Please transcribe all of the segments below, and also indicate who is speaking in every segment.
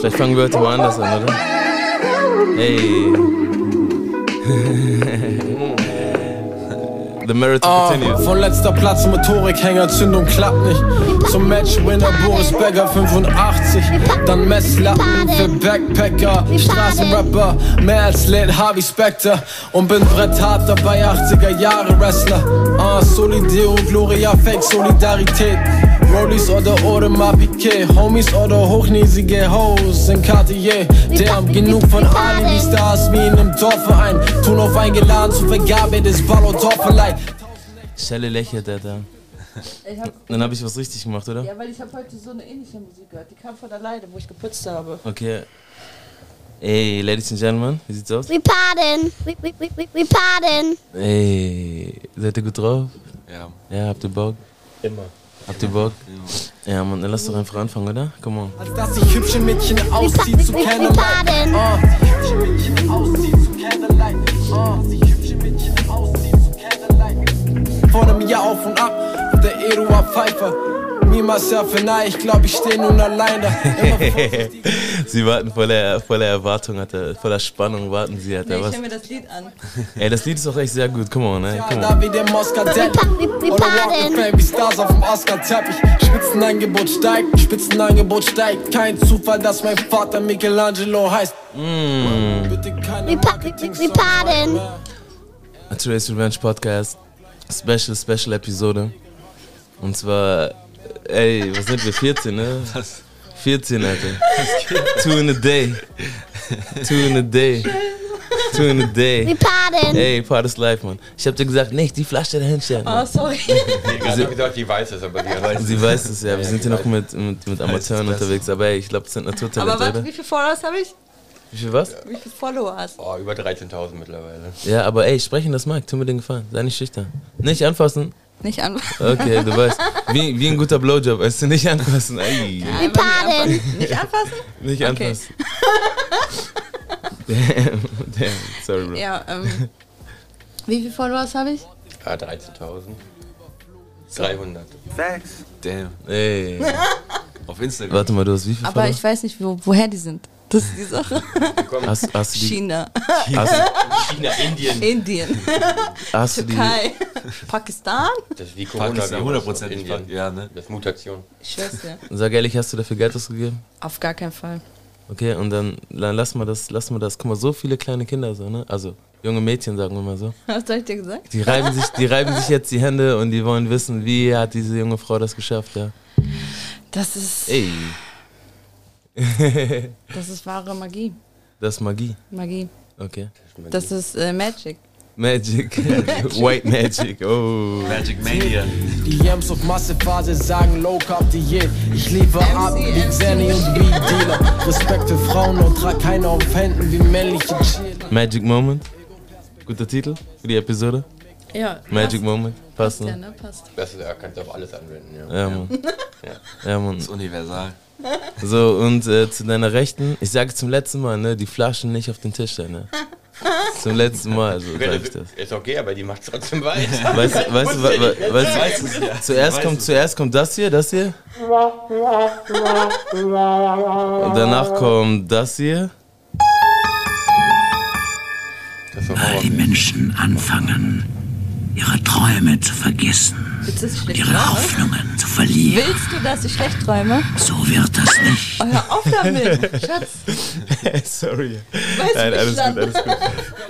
Speaker 1: Vielleicht fangen wir heute mal anders an, oder? Hey. The Merit
Speaker 2: Ah,
Speaker 1: to Continue.
Speaker 2: von letzter Platz, Motorikhänger, Zündung klappt nicht. Zum Matchwinner Boris Becker 85. Dann Messlappen für Backpacker, Straßenrapper, mehr als Late Harvey Specter. Und bin Brett Hart dabei, 80er Jahre Wrestler. Ah, Solideo und Gloria, Fake Solidarität. Rollies oder Audemars Piquet, Homies oder hochnäsige Hoes in Cartier. Die haben genug von Alibi-Stars wie in einem Dorfverein. Tun auf eingeladen zur Vergabe des Ballot-Dorfverleih.
Speaker 1: Schelle lächelt, Alter.
Speaker 3: Ich hab,
Speaker 1: Dann habe ich was richtig gemacht, oder?
Speaker 3: ja, weil ich habe heute so eine ähnliche Musik gehört. Die kam von alleine, wo ich geputzt habe.
Speaker 1: Okay. Ey, Ladies and Gentlemen, wie sieht's aus?
Speaker 4: We pardon. We, we, we, we, we pardon.
Speaker 1: Ey, seid ihr gut drauf?
Speaker 5: Ja.
Speaker 1: Ja, habt ihr Bock?
Speaker 6: Immer.
Speaker 1: Habt ihr Bock? Ja, Mann, dann lass doch einfach anfangen, oder? Come on.
Speaker 2: Als dass ich hübsche Mädchen ausziehe zu
Speaker 4: Wie
Speaker 2: Candlelight.
Speaker 4: baden?
Speaker 2: Ah, die hübsche Mädchen ausziehe zu Candlelight. Ah, die hübsche Mädchen ausziehe zu Candlelight. Vor einem Jahr auf und ab, der Eduard Pfeiffer. Me, myself and I, ich glaub, ich steh nun allein da. Immer vorsichtig.
Speaker 1: Sie warten voller, voller Erwartung, Alter. Voller Spannung warten sie, Alter.
Speaker 3: ich
Speaker 1: Was?
Speaker 3: höre mir das Lied an.
Speaker 1: Ey, das Lied ist doch echt sehr gut. Come on, ey. Come on.
Speaker 2: Da wie der Moskadett.
Speaker 4: wie- wie
Speaker 2: Oder Walk of
Speaker 4: baden?
Speaker 2: Fame wie Stars auf dem Oscar-Teppich. Spitzenangebot steigt, Spitzenangebot steigt. Kein Zufall, dass mein Vater Michelangelo heißt. Bitte keine
Speaker 4: Mm. Wie pa- wie- wie- wie baden?
Speaker 1: A Today's Revenge Podcast. Special, special Episode. Und zwar, ey, was sind wir? 14, ne?
Speaker 5: Was?
Speaker 1: 14, Alter. Two in a day. Two in a day. Two in a
Speaker 4: We
Speaker 1: day.
Speaker 4: pardon.
Speaker 1: Ey, part is life, Mann. Ich hab dir gesagt, nicht die Flasche dahinstellen.
Speaker 3: Oh, sorry.
Speaker 1: Also-
Speaker 5: Ich hab gedacht, die weiß es, aber die weiß es.
Speaker 1: Sie weiß es ja, wir
Speaker 5: Ja, genau.
Speaker 1: sind ja
Speaker 5: die
Speaker 1: noch mit, mit, mit Amateuren
Speaker 5: das.
Speaker 1: unterwegs, aber ey, ich glaube, das sind
Speaker 3: Aber
Speaker 1: Naturtalente,
Speaker 3: warte,
Speaker 1: oder?
Speaker 3: wie viele Followers habe ich?
Speaker 1: Wie viel was?
Speaker 3: Wie viele Follower hast du?
Speaker 5: Oh, über 13.000 mittlerweile.
Speaker 1: Ja, aber ey, sprechen das Markt, tu mir den Gefallen, sei nicht schüchtern. Nicht anfassen.
Speaker 3: Nicht an.
Speaker 1: Okay, du weißt. Wie, wie ein guter Blowjob, weißt du, nicht anfassen. Ey,
Speaker 4: We pardon.
Speaker 3: Nicht anfassen?
Speaker 1: nicht
Speaker 3: Okay.
Speaker 1: anfassen. damn, damn, sorry, bro.
Speaker 3: Ja, ähm. Wie viele Followers habe ich?
Speaker 5: Ah, 13.000. 300.
Speaker 6: Damn.
Speaker 1: Ey,
Speaker 6: Auf Instagram.
Speaker 1: warte mal, du hast wie viel
Speaker 3: Aber
Speaker 1: Follower?
Speaker 3: ich weiß nicht, wo, woher die sind. Das ist die Sache.
Speaker 1: Hast, hast, du die,
Speaker 3: China,
Speaker 1: hast,
Speaker 5: China, Indien.
Speaker 3: Indien,
Speaker 1: hast du die,
Speaker 3: Türkei, Pakistan.
Speaker 5: Das ist wie Corona.
Speaker 6: Pakistan, hundertprozentig.
Speaker 5: Indien.
Speaker 6: Ja, ne?
Speaker 5: Das ist Mutation.
Speaker 3: Ich schwör's dir.
Speaker 1: sag ehrlich, hast du dafür Geld ausgegeben?
Speaker 3: Auf gar keinen Fall.
Speaker 1: Okay, und dann, dann lass mal das, lass mal das. Guck mal, so viele kleine Kinder so, ne? Also junge Mädchen, sagen wir mal so.
Speaker 3: Was hab ich dir gesagt?
Speaker 1: Die reiben sich, die reiben sich jetzt die Hände und die wollen wissen, wie hat diese junge Frau das geschafft, ja.
Speaker 3: Das ist,
Speaker 1: Ey,
Speaker 3: das ist wahre Magie.
Speaker 1: das ist Magie.
Speaker 3: Magie.
Speaker 1: Okay.
Speaker 3: Das ist äh, Magic.
Speaker 1: Magic. White Magic. Oh.
Speaker 6: Magic Mania.
Speaker 2: Die Jams auf Massephase sagen Low Carb Diät. Ich liefere ab wie Xenny und wie Dealer. Respekt für Frauen und trag keine auf Händen wie männliche Cheerleader.
Speaker 1: Magic Moment. Guter Titel für die Episode.
Speaker 3: Ja.
Speaker 1: Magic Moment. Passt,
Speaker 3: Ja,
Speaker 1: ne?
Speaker 3: ne? Passt.
Speaker 5: Das ist, ja, kannst du auf alles anwenden, ja.
Speaker 1: Ja, Mann. Ja, Mann.
Speaker 6: Ist universal.
Speaker 1: So, und äh, zu deiner Rechten, ich sage zum letzten Mal, ne, die Flaschen nicht auf den Tisch stellen, ne? Zum letzten Mal, so sag ich das.
Speaker 5: Ist okay, aber die macht trotzdem weiter.
Speaker 1: Weißt, weißt, du, wa- wa- weißt, du, zuerst, kommt, zuerst kommt das hier, das hier. Und danach kommt das hier.
Speaker 5: Das ist Horror.
Speaker 7: Menschen anfangen, ihre Träume zu vergessen,
Speaker 3: Willst du, dass ich schlecht
Speaker 7: ihre
Speaker 3: träume?
Speaker 7: Hoffnungen zu verlieren.
Speaker 3: Willst du, dass ich schlecht träume?
Speaker 7: So wird das nicht.
Speaker 3: Oh, hör auf damit. Schatz,
Speaker 1: Sorry.
Speaker 3: weißt
Speaker 1: Nein,
Speaker 3: du, wie
Speaker 1: alles
Speaker 3: ich
Speaker 1: gut,
Speaker 3: lande?
Speaker 1: alles gut.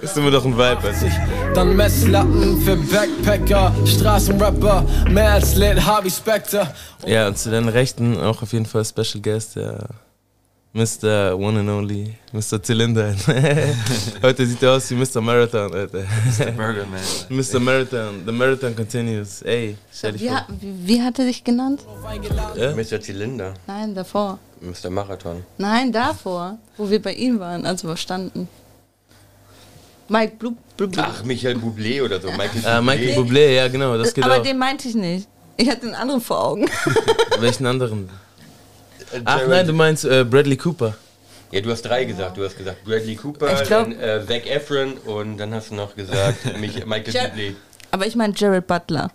Speaker 1: Ist immer doch ein Vibe, weißt du?
Speaker 2: Dann Messlatten für Backpacker, Straßenrapper, mehr als Late Harvey Specter.
Speaker 1: Ja, und zu deinen Rechten auch auf jeden Fall Special Guest, der Mr. One and Only, Mr. Zylinder. Heute sieht er aus wie Mr. Marathon, Alter.
Speaker 6: Der Burger Man.
Speaker 1: Mr. Marathon, the Marathon continues. Ey, stell dich
Speaker 3: Wie,
Speaker 1: vor.
Speaker 3: ha- wie, wie hat er sich genannt?
Speaker 5: Mr. Zylinder.
Speaker 3: Nein, davor.
Speaker 5: Mr. Marathon.
Speaker 3: Nein, davor, wo wir bei ihm waren, also wo standen. Mike Blub. Blub, Blub.
Speaker 5: Ach, Michael Bublé oder so. Michael
Speaker 1: Äh, Michael Bublé, ja genau, das geht
Speaker 3: Aber
Speaker 1: auch.
Speaker 3: den meinte ich nicht. Ich hatte den anderen vor Augen.
Speaker 1: Welchen anderen?
Speaker 5: Äh,
Speaker 1: Ach
Speaker 5: Jared-
Speaker 1: nein, du meinst äh, Bradley Cooper.
Speaker 5: Ja, du hast drei gesagt. Du hast gesagt Bradley Cooper,
Speaker 3: Ich glaub-
Speaker 5: dann äh, Zac Efron und dann hast du noch gesagt mich, Michael
Speaker 3: Ja.
Speaker 5: Bublé.
Speaker 3: Aber ich meine Jared Butler.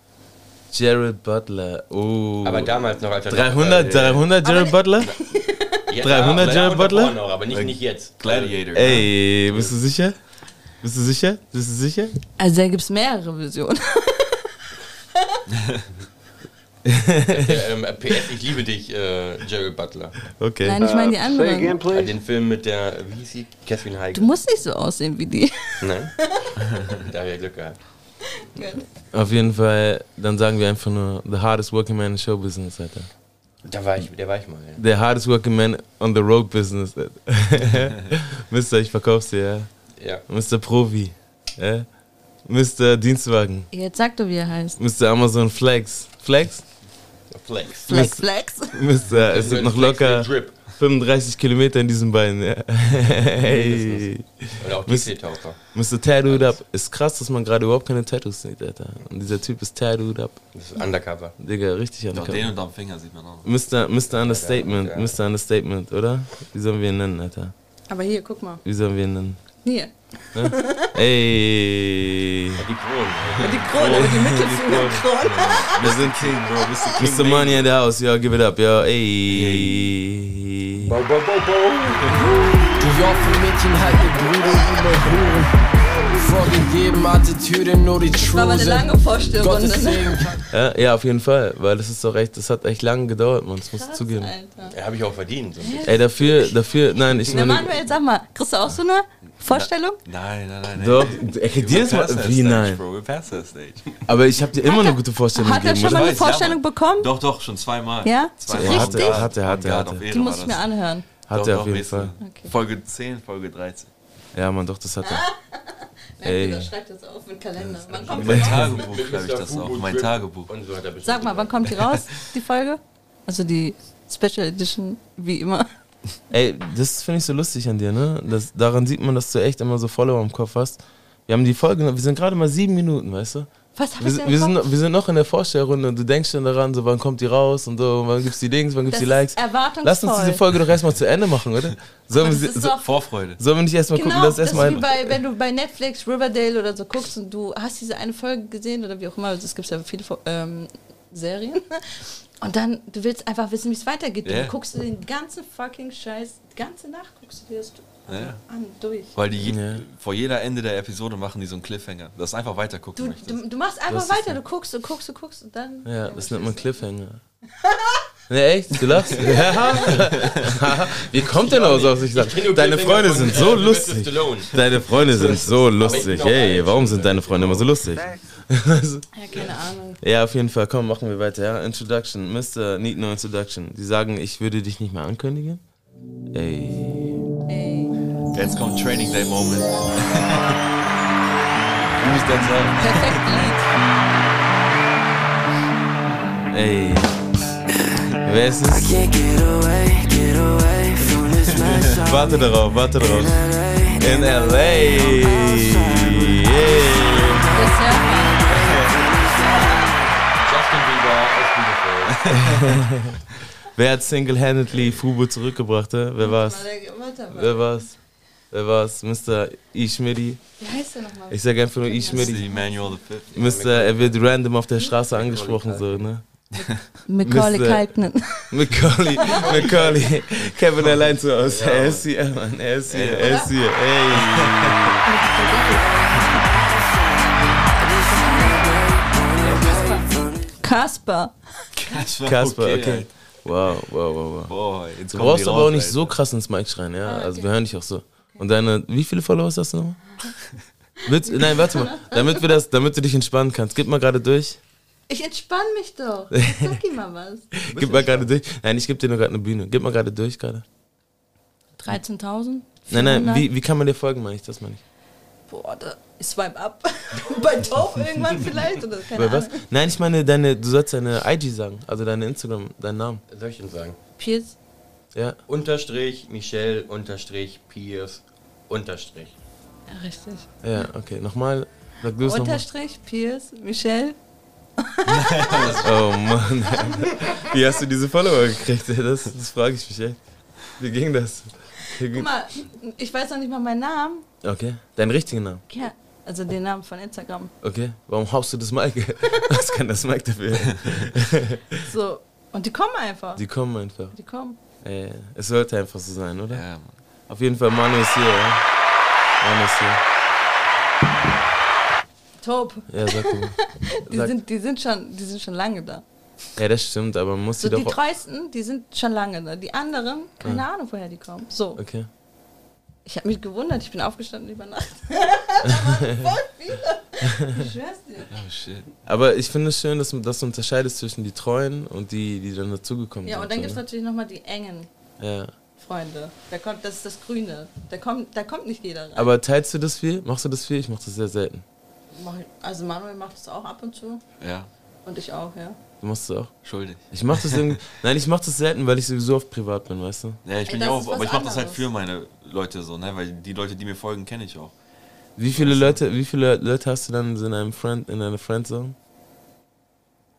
Speaker 1: Jared Butler. Oh.
Speaker 5: Aber damals noch als er
Speaker 1: 300,
Speaker 5: noch- äh,
Speaker 1: 300 Jared Butler?
Speaker 5: Ja,
Speaker 1: 300
Speaker 5: ja,
Speaker 1: Gerald
Speaker 5: unter
Speaker 1: Butler?
Speaker 5: Porno, aber nicht, nicht jetzt. Äh,
Speaker 6: Gladiator.
Speaker 1: Ey, bist du sicher? Bist du sicher? Bist du sicher?
Speaker 3: Also da gibt's mehrere Versionen.
Speaker 5: Ähm, PS, ich liebe dich, äh, Gerald Butler.
Speaker 1: Okay.
Speaker 3: Nein, ich meine die anderen.
Speaker 5: Den Film mit der, wie hieß sie? Catherine Heigl.
Speaker 3: Du musst nicht so aussehen wie die.
Speaker 5: Nein? da hab ich ja Glück gehabt.
Speaker 1: Auf jeden Fall, dann sagen wir einfach nur, the hardest working man in show business, Alter.
Speaker 5: Da war ich, der war ich mal. Ja.
Speaker 1: The hardest working man on the road business. Alter. Mister, ich verkauf's dir, ja.
Speaker 5: Ja.
Speaker 1: Mr. Provi. Ja? Mr. Dienstwagen.
Speaker 3: Jetzt sag doch, wie er heißt.
Speaker 1: Mr. Amazon Flex. Flex?
Speaker 5: Flex.
Speaker 3: Flex, Flex.
Speaker 1: Mr. Es sind noch
Speaker 5: Flex
Speaker 1: locker
Speaker 5: mit Drip.
Speaker 1: 35 Kilometer in diesen Beinen. Ja. Hey.
Speaker 5: Oder auch
Speaker 1: Mist.
Speaker 5: DC-Taucher.
Speaker 1: Mr. Tattooed Up. Ist krass, dass man gerade überhaupt keine Tattoos sieht, Alter. Und dieser Typ ist Tattooed Up.
Speaker 5: Das ist Undercover.
Speaker 1: Digga, richtig an
Speaker 6: Doch den und am Finger sieht man auch.
Speaker 1: Mr. Mr. Understatement,
Speaker 5: Ja, ja.
Speaker 1: Mr. Understatement, oder? Wie sollen wir ihn nennen, Alter?
Speaker 3: Aber hier, guck mal.
Speaker 1: Wie sollen wir ihn nennen?
Speaker 3: Hier.
Speaker 1: Ey!
Speaker 5: Die ne? Kronen.
Speaker 3: Die Krone, die Mittelfingerkrone.
Speaker 1: Wir sind King, Bro. Mr. King Mr. Money in the house, yo, give it up, yo. Ey!
Speaker 2: New York für Mädchen halt ihr Bruder über Huren. Vorgegeben Attitüde, nur die True.
Speaker 3: Das war aber eine lange
Speaker 2: Gottes
Speaker 3: Vorstellrunde. Ne?
Speaker 2: Segen.
Speaker 1: Ja, ja, auf jeden Fall, weil das ist doch echt, das hat echt lang gedauert, man, das muss ich zugeben.
Speaker 3: Alter.
Speaker 5: Ja, hab ich auch verdient. So.
Speaker 1: Ey, dafür, dafür, nein, ich
Speaker 3: Na
Speaker 1: meine.
Speaker 3: Manuel, sag mal, kriegst du auch so eine Vorstellung?
Speaker 6: Nein, nein, nein.
Speaker 1: Doch,
Speaker 6: nein.
Speaker 1: ey,
Speaker 6: Wir
Speaker 1: jedes Mal.
Speaker 6: passen das
Speaker 1: Wie
Speaker 6: Stage,
Speaker 1: nein?
Speaker 6: Bro, wir passen das Stage.
Speaker 1: Aber ich habe dir immer
Speaker 3: Hat
Speaker 1: eine
Speaker 3: er-
Speaker 1: gute Vorstellung
Speaker 3: hat er
Speaker 1: gegeben,
Speaker 3: schon mal- eine
Speaker 1: oder?
Speaker 6: Weiß, ja, Mann.
Speaker 3: Vorstellung bekommen?
Speaker 6: Doch, doch, schon zweimal.
Speaker 3: Ja?
Speaker 6: Zweimal.
Speaker 1: Richtig?
Speaker 6: Ja,
Speaker 1: Hatte, hatte,
Speaker 6: Ja,
Speaker 1: hatte.
Speaker 6: auf Ehre
Speaker 3: Die muss
Speaker 6: war
Speaker 3: ich mir
Speaker 6: das.
Speaker 3: anhören.
Speaker 1: Hat
Speaker 6: Doch,
Speaker 1: er
Speaker 6: doch,
Speaker 1: auf jeden
Speaker 6: nächste.
Speaker 1: Fall.
Speaker 3: Okay.
Speaker 6: Folge 10, Folge 13.
Speaker 1: Ja, Mann, doch, das hat er. Ey.
Speaker 3: schreibt das auf im Kalender. Wann kommt
Speaker 6: Mein
Speaker 3: die raus?
Speaker 6: Tagebuch, glaube ich, das auch. Mein Tagebuch.
Speaker 5: Und so hat er bestimmt
Speaker 3: Sag mal, wann kommt die raus, die Folge? Also die Special Edition, wie immer.
Speaker 1: Ey, das finde ich so lustig an dir, ne? Das, daran sieht man, dass du echt immer so Follower im Kopf hast. Wir haben die Folge, wir sind gerade mal sieben Minuten, weißt du?
Speaker 3: Was hab
Speaker 1: Wir,
Speaker 3: ich
Speaker 1: sind-
Speaker 3: denn
Speaker 1: wir, sind,
Speaker 3: bekommen?
Speaker 1: noch- wir sind noch in der Vorstellrunde und du denkst schon daran, so wann kommt die raus und so, wann gibt's die Links, wann gibt's
Speaker 3: Das
Speaker 1: die Likes.
Speaker 3: ist erwartungsvoll.
Speaker 1: Lass uns diese Folge doch erstmal zu Ende machen, oder? Sollen wir,
Speaker 3: Das
Speaker 1: sie-
Speaker 3: ist
Speaker 1: so,
Speaker 3: doch
Speaker 6: Vorfreude.
Speaker 1: sollen wir nicht erstmal
Speaker 3: Genau,
Speaker 1: gucken, dass
Speaker 3: das ist wie
Speaker 1: erstmal.
Speaker 3: bei, wenn du bei Netflix Riverdale oder so guckst und du hast diese eine Folge gesehen oder wie auch immer, also es gibt ja viele Fo- ähm, Serien. Und dann, du willst einfach wissen, wie es weitergeht.
Speaker 6: Ja.
Speaker 3: Dann guckst du den ganzen fucking Scheiß, die ganze Nacht guckst du dir das
Speaker 6: Ja.
Speaker 3: an, durch.
Speaker 6: Weil die je,
Speaker 1: Ja.
Speaker 6: vor jeder Ende der Episode machen die so einen Cliffhanger, dass du einfach weiter gucken
Speaker 3: Du,
Speaker 6: möchtest.
Speaker 3: du, du machst
Speaker 1: Das
Speaker 3: einfach
Speaker 1: ist
Speaker 3: weiter, du guckst und guckst und guckst und dann.
Speaker 1: ja, das nennt man Cliffhanger. Ne, echt? Du lachst? Ja. Wie kommt denn aus, was ich sage?
Speaker 5: Ich kenn nur
Speaker 1: Deine
Speaker 5: Cliffhanger
Speaker 1: Freunde
Speaker 5: von,
Speaker 1: sind
Speaker 5: äh,
Speaker 1: so
Speaker 5: Sylvester
Speaker 1: lustig.
Speaker 5: Stallone.
Speaker 1: Deine Freunde sind so lustig.
Speaker 5: bin auch
Speaker 1: Hey, warum sind deine Freunde immer so lustig?
Speaker 3: Ja, keine Ahnung.
Speaker 1: Ja, auf jeden Fall. Komm, machen wir weiter. Ja? Introduction. Mr. Need No Introduction. Die sagen, ich würde dich nicht mehr ankündigen. Ey.
Speaker 3: Ey.
Speaker 6: Jetzt kommt Training Day Moment. Wie ich dann sagen.
Speaker 3: Perfekt Lied.
Speaker 1: Ey. Wer ist es? warte darauf, warte darauf. In L.A. Yeah.
Speaker 3: Das ist ja
Speaker 5: Justin Bieber ist
Speaker 1: Wer hat single-handedly Fubo zurückgebracht? hä? Wer war's?
Speaker 3: Warte mal.
Speaker 1: Wer war's? Wer war's? Mr. Ishmidi.
Speaker 3: Wie heißt der nochmal?
Speaker 1: Ich sag einfach nur
Speaker 6: Das ist
Speaker 1: Ishmidi.
Speaker 6: Emmanuel the Fifth.
Speaker 1: Mr. äh, Er wird random auf der Straße angesprochen, so, ne?
Speaker 3: Macaulay
Speaker 1: Mr.
Speaker 3: Kalknen.
Speaker 1: Macaulay, Macaulay, Kevin allein zu Hause. Er ist hier, Mann, er ist hier, er ist hier. Ey.
Speaker 3: Kasper.
Speaker 6: Kasper,
Speaker 1: Kasper, okay. Wow, wow, wow, wow.
Speaker 6: Boah, jetzt
Speaker 1: Du
Speaker 6: kommen die
Speaker 1: brauchst aber
Speaker 6: raus,
Speaker 1: auch nicht
Speaker 6: Alter.
Speaker 1: so krass ins Mic schreien, ja? Also wir hören dich auch so. Und deine, wie viele Follower hast du nochmal? Willst, nein, warte mal. Damit, wir das, damit du dich entspannen kannst, gib mal gerade durch.
Speaker 3: Ich entspann mich doch. Sag ihm mal was.
Speaker 1: Gib mal gerade durch. Nein, ich gebe dir nur gerade eine Bühne. Gib mal gerade durch gerade.
Speaker 3: 13.000?
Speaker 1: Nein, nein,
Speaker 3: 400?
Speaker 1: wie, wie kann man dir folgen, meine ich? Das meine ich.
Speaker 3: Boah, da, ich swipe ab. Bei Taub irgendwann vielleicht oder keine
Speaker 1: Bei was?
Speaker 3: Ahnung.
Speaker 1: Nein, ich meine, deine, du sollst deine IG sagen, also deine Instagram, deinen Namen.
Speaker 5: Was soll ich denn sagen?
Speaker 3: Pierce.
Speaker 1: Ja.
Speaker 5: Unterstrich Michelle, Unterstrich Pierce, Unterstrich.
Speaker 3: Ja, richtig.
Speaker 1: Ja, okay. Nochmal. Sag du es nochmal.
Speaker 3: Unterstrich, Pierce, Michelle.
Speaker 1: Oh Mann. Wie hast du diese Follower gekriegt? Das, das frage ich mich echt. Wie ging das? Wie
Speaker 3: Guck
Speaker 1: ging
Speaker 3: mal, ich weiß noch nicht mal meinen Namen.
Speaker 1: okay. Deinen richtigen Namen.
Speaker 3: Ja, also den Namen von Instagram.
Speaker 1: Okay. Warum haust du das Mike? Was kann das Mike dafür?
Speaker 3: So. Und die kommen einfach. Die,
Speaker 1: Die kommen einfach.
Speaker 3: kommen.
Speaker 1: Ey, es sollte einfach so sein, oder?
Speaker 6: Ja, Mann.
Speaker 1: Auf jeden Fall, Manu ist hier, ja. Manu ist hier.
Speaker 3: Top.
Speaker 1: Ja, sag du. mal.
Speaker 3: Die
Speaker 1: Sag-
Speaker 3: sind, die, sind schon, die sind schon lange da.
Speaker 1: Ja, das stimmt, aber man muss
Speaker 3: So,
Speaker 1: sie
Speaker 3: die
Speaker 1: doch.
Speaker 3: treuesten, die sind schon lange da. Die anderen, keine Ahnung, woher die kommen. So,
Speaker 1: okay.
Speaker 3: ich habe mich gewundert, ich bin aufgestanden über Nacht. da waren voll viele. Ich schwör's dir.
Speaker 6: Oh shit.
Speaker 1: Aber ich finde es schön, dass, man- dass du unterscheidest zwischen die Treuen und die, die dann dazugekommen
Speaker 3: Ja,
Speaker 1: sind.
Speaker 3: und dann gibt's halt
Speaker 1: oder?
Speaker 3: natürlich nochmal die engen
Speaker 1: ja.
Speaker 3: Freunde. Da kommt, das ist das Grüne. Da kommt, da kommt nicht jeder rein.
Speaker 1: Aber teilst du das viel? Machst du das viel? Ich mache das sehr selten.
Speaker 3: Mach ich- Also Manuel macht das auch ab und zu.
Speaker 6: Ja,
Speaker 3: Und ich auch, ja.
Speaker 1: Du machst das auch?
Speaker 6: schuldig.
Speaker 1: Ich mach das irgendwie. Nein, ich mach das selten, weil ich sowieso oft privat bin, weißt du?
Speaker 6: Ja, ich
Speaker 3: Ey,
Speaker 6: bin
Speaker 3: das
Speaker 6: ja
Speaker 3: ist
Speaker 6: auch,
Speaker 3: was
Speaker 6: aber ich mache das halt
Speaker 3: anderes.
Speaker 6: für meine Leute so, ne? Weil die Leute, die mir folgen, kenne ich auch.
Speaker 1: Wie viele Leute, wie viele Leute hast du dann so in einem Friend, in einer Friendzone?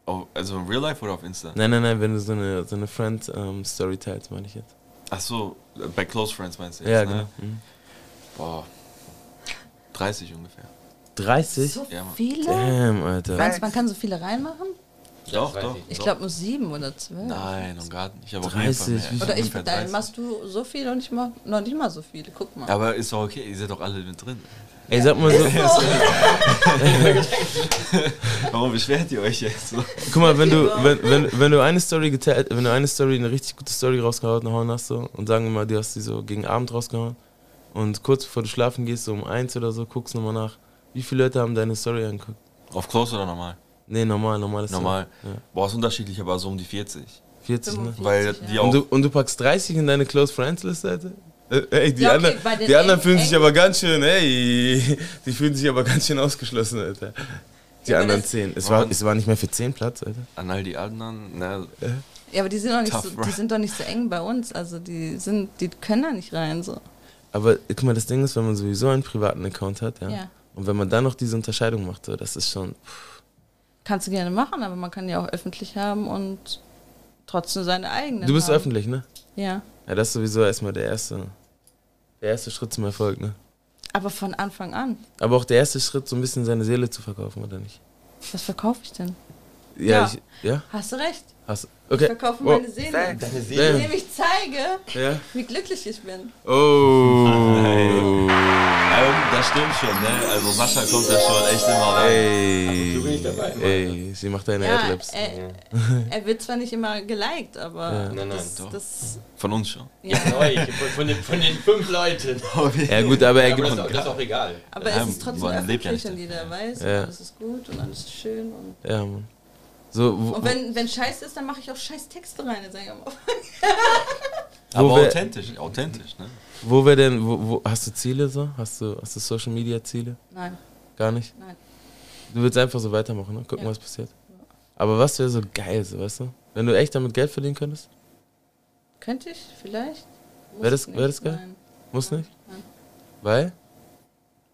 Speaker 6: Auf- Also in Real Life oder auf Insta?
Speaker 1: Nein, nein, nein, wenn du so eine, so eine Friend-Story teilst, meine ich jetzt.
Speaker 6: Ach so, äh, bei Close Friends meinst du jetzt,
Speaker 1: Ja,
Speaker 6: ne?
Speaker 1: genau. Mhm.
Speaker 6: Boah. 30 ungefähr.
Speaker 1: 30?
Speaker 3: So
Speaker 6: Ja, Mann.
Speaker 3: viele?
Speaker 1: Damn, Alter.
Speaker 3: Meinst du, man kann so viele reinmachen?
Speaker 6: Doch, doch.
Speaker 3: Ich
Speaker 6: doch.
Speaker 3: glaube nur sieben oder zwölf.
Speaker 6: Nein, um Garten. Ich habe auf
Speaker 1: 30,
Speaker 6: jeden Fall
Speaker 1: wie
Speaker 6: mehr.
Speaker 1: viel-
Speaker 3: Oder ich,
Speaker 6: Auf jeden Fall
Speaker 3: dann
Speaker 6: 30.
Speaker 3: machst du so viele und ich mach noch nicht mal so viele. Guck mal.
Speaker 6: Aber ist doch okay, ihr seid doch alle mit drin.
Speaker 1: Ey, sag mal so.
Speaker 6: Warum beschwert ihr euch jetzt so?
Speaker 1: Guck mal, wenn du, wenn, wenn, wenn du eine Story geteilt, wenn du eine Story, eine richtig gute Story rausgehauen hast so, und sagen wir mal, du hast die so gegen Abend rausgehauen und kurz bevor du schlafen gehst, so um eins oder so, guckst nochmal nach, wie viele Leute haben deine Story angeguckt?
Speaker 6: Auf Close oder normal?
Speaker 1: Nee, normal, normal ist
Speaker 6: Normal.
Speaker 1: Ja.
Speaker 6: Boah, ist unterschiedlich, aber so um die 40.
Speaker 1: 40, ne?
Speaker 3: 45,
Speaker 6: Weil
Speaker 3: ja.
Speaker 6: die auch.
Speaker 1: Und du, und du packst 30 in deine Close Friends Liste, Alter? Äh, Ey, die,
Speaker 3: Ja, okay,
Speaker 1: anderen,
Speaker 3: bei den
Speaker 1: die anderen
Speaker 3: engen-
Speaker 1: fühlen sich
Speaker 3: engen-
Speaker 1: aber ganz schön, ey, die fühlen sich aber ganz schön ausgeschlossen, Alter. Die
Speaker 3: Ja, aber
Speaker 1: anderen
Speaker 3: das-
Speaker 1: 10. Es war, es war nicht mehr für 10 Platz, Alter.
Speaker 6: An all die anderen, ne?
Speaker 3: Ja, aber die sind doch nicht,
Speaker 6: Tough,
Speaker 3: so, die
Speaker 6: bro.
Speaker 3: sind doch nicht so eng bei uns. Also die sind, die können da nicht rein. So.
Speaker 1: Aber guck mal, das Ding ist, wenn man sowieso einen privaten Account hat, ja.
Speaker 3: Ja.
Speaker 1: Und wenn man dann noch diese Unterscheidung macht, so, das ist schon.
Speaker 3: Kannst du gerne machen, aber man kann ja auch öffentlich haben und trotzdem seine eigene.
Speaker 1: Du bist
Speaker 3: haben.
Speaker 1: öffentlich, ne?
Speaker 3: Ja.
Speaker 1: Ja, das ist sowieso erstmal der erste, der erste Schritt zum Erfolg, ne?
Speaker 3: Aber von Anfang an.
Speaker 1: Aber auch der erste Schritt, so ein bisschen seine Seele zu verkaufen, oder nicht?
Speaker 3: Was verkaufe ich denn?
Speaker 1: Ja,
Speaker 3: Ja.
Speaker 1: ich, ja?
Speaker 3: Hast du recht.
Speaker 1: Hast,
Speaker 3: Ich
Speaker 1: okay.
Speaker 3: verkaufe
Speaker 1: Oh,
Speaker 3: meine Seele.
Speaker 5: Deine Seele.
Speaker 1: damn.
Speaker 3: Indem ich zeige,
Speaker 1: Ja.
Speaker 3: wie glücklich ich bin.
Speaker 1: Oh.
Speaker 6: Ähm, das stimmt schon, ne? Also Sascha kommt da schon echt immer rein.
Speaker 1: Ey.
Speaker 5: bin ich dabei.
Speaker 1: Ey, sie macht deine
Speaker 3: Ja,
Speaker 1: Adlibs.
Speaker 3: er, er wird zwar nicht immer geliked, aber
Speaker 5: Nein, nein,
Speaker 3: das,
Speaker 5: doch.
Speaker 3: das
Speaker 6: Von uns schon.
Speaker 3: ja.
Speaker 5: Neu, von, von, den, von den fünf Leuten.
Speaker 1: Ja, gut, aber er
Speaker 5: Aber
Speaker 1: gibt.
Speaker 5: das, ist auch- das ist auch egal.
Speaker 3: aber
Speaker 6: Ja,
Speaker 3: es ist trotzdem
Speaker 6: man lebt ja
Speaker 3: öffentlich
Speaker 6: nicht
Speaker 3: und jeder weiß,
Speaker 1: Ja.
Speaker 3: und alles ist gut und alles ist schön und
Speaker 1: Ja, Mann. So, wo,
Speaker 3: Und wenn, wenn scheiße ist, dann mache ich auch scheiß Texte rein. Sag ich am Anfang.
Speaker 1: Wo
Speaker 6: Aber
Speaker 1: wir-
Speaker 6: authentisch, authentisch, ne?
Speaker 1: wo wir denn. Wo, wo, hast du Ziele so? Hast du, hast du Social Media Ziele?
Speaker 3: Nein,
Speaker 1: Gar nicht?
Speaker 3: nein.
Speaker 1: Du willst einfach so weitermachen, ne? Gucken,
Speaker 3: Ja.
Speaker 1: was passiert. Aber was wäre so geil, so, weißt du? Wenn du echt damit Geld verdienen könntest?
Speaker 3: Könnte ich vielleicht? Muss
Speaker 1: Wär
Speaker 3: ich
Speaker 1: das- wär
Speaker 3: nicht.
Speaker 1: das geil?
Speaker 3: Nein.
Speaker 1: Muss nicht?
Speaker 3: Nein.
Speaker 1: Weil?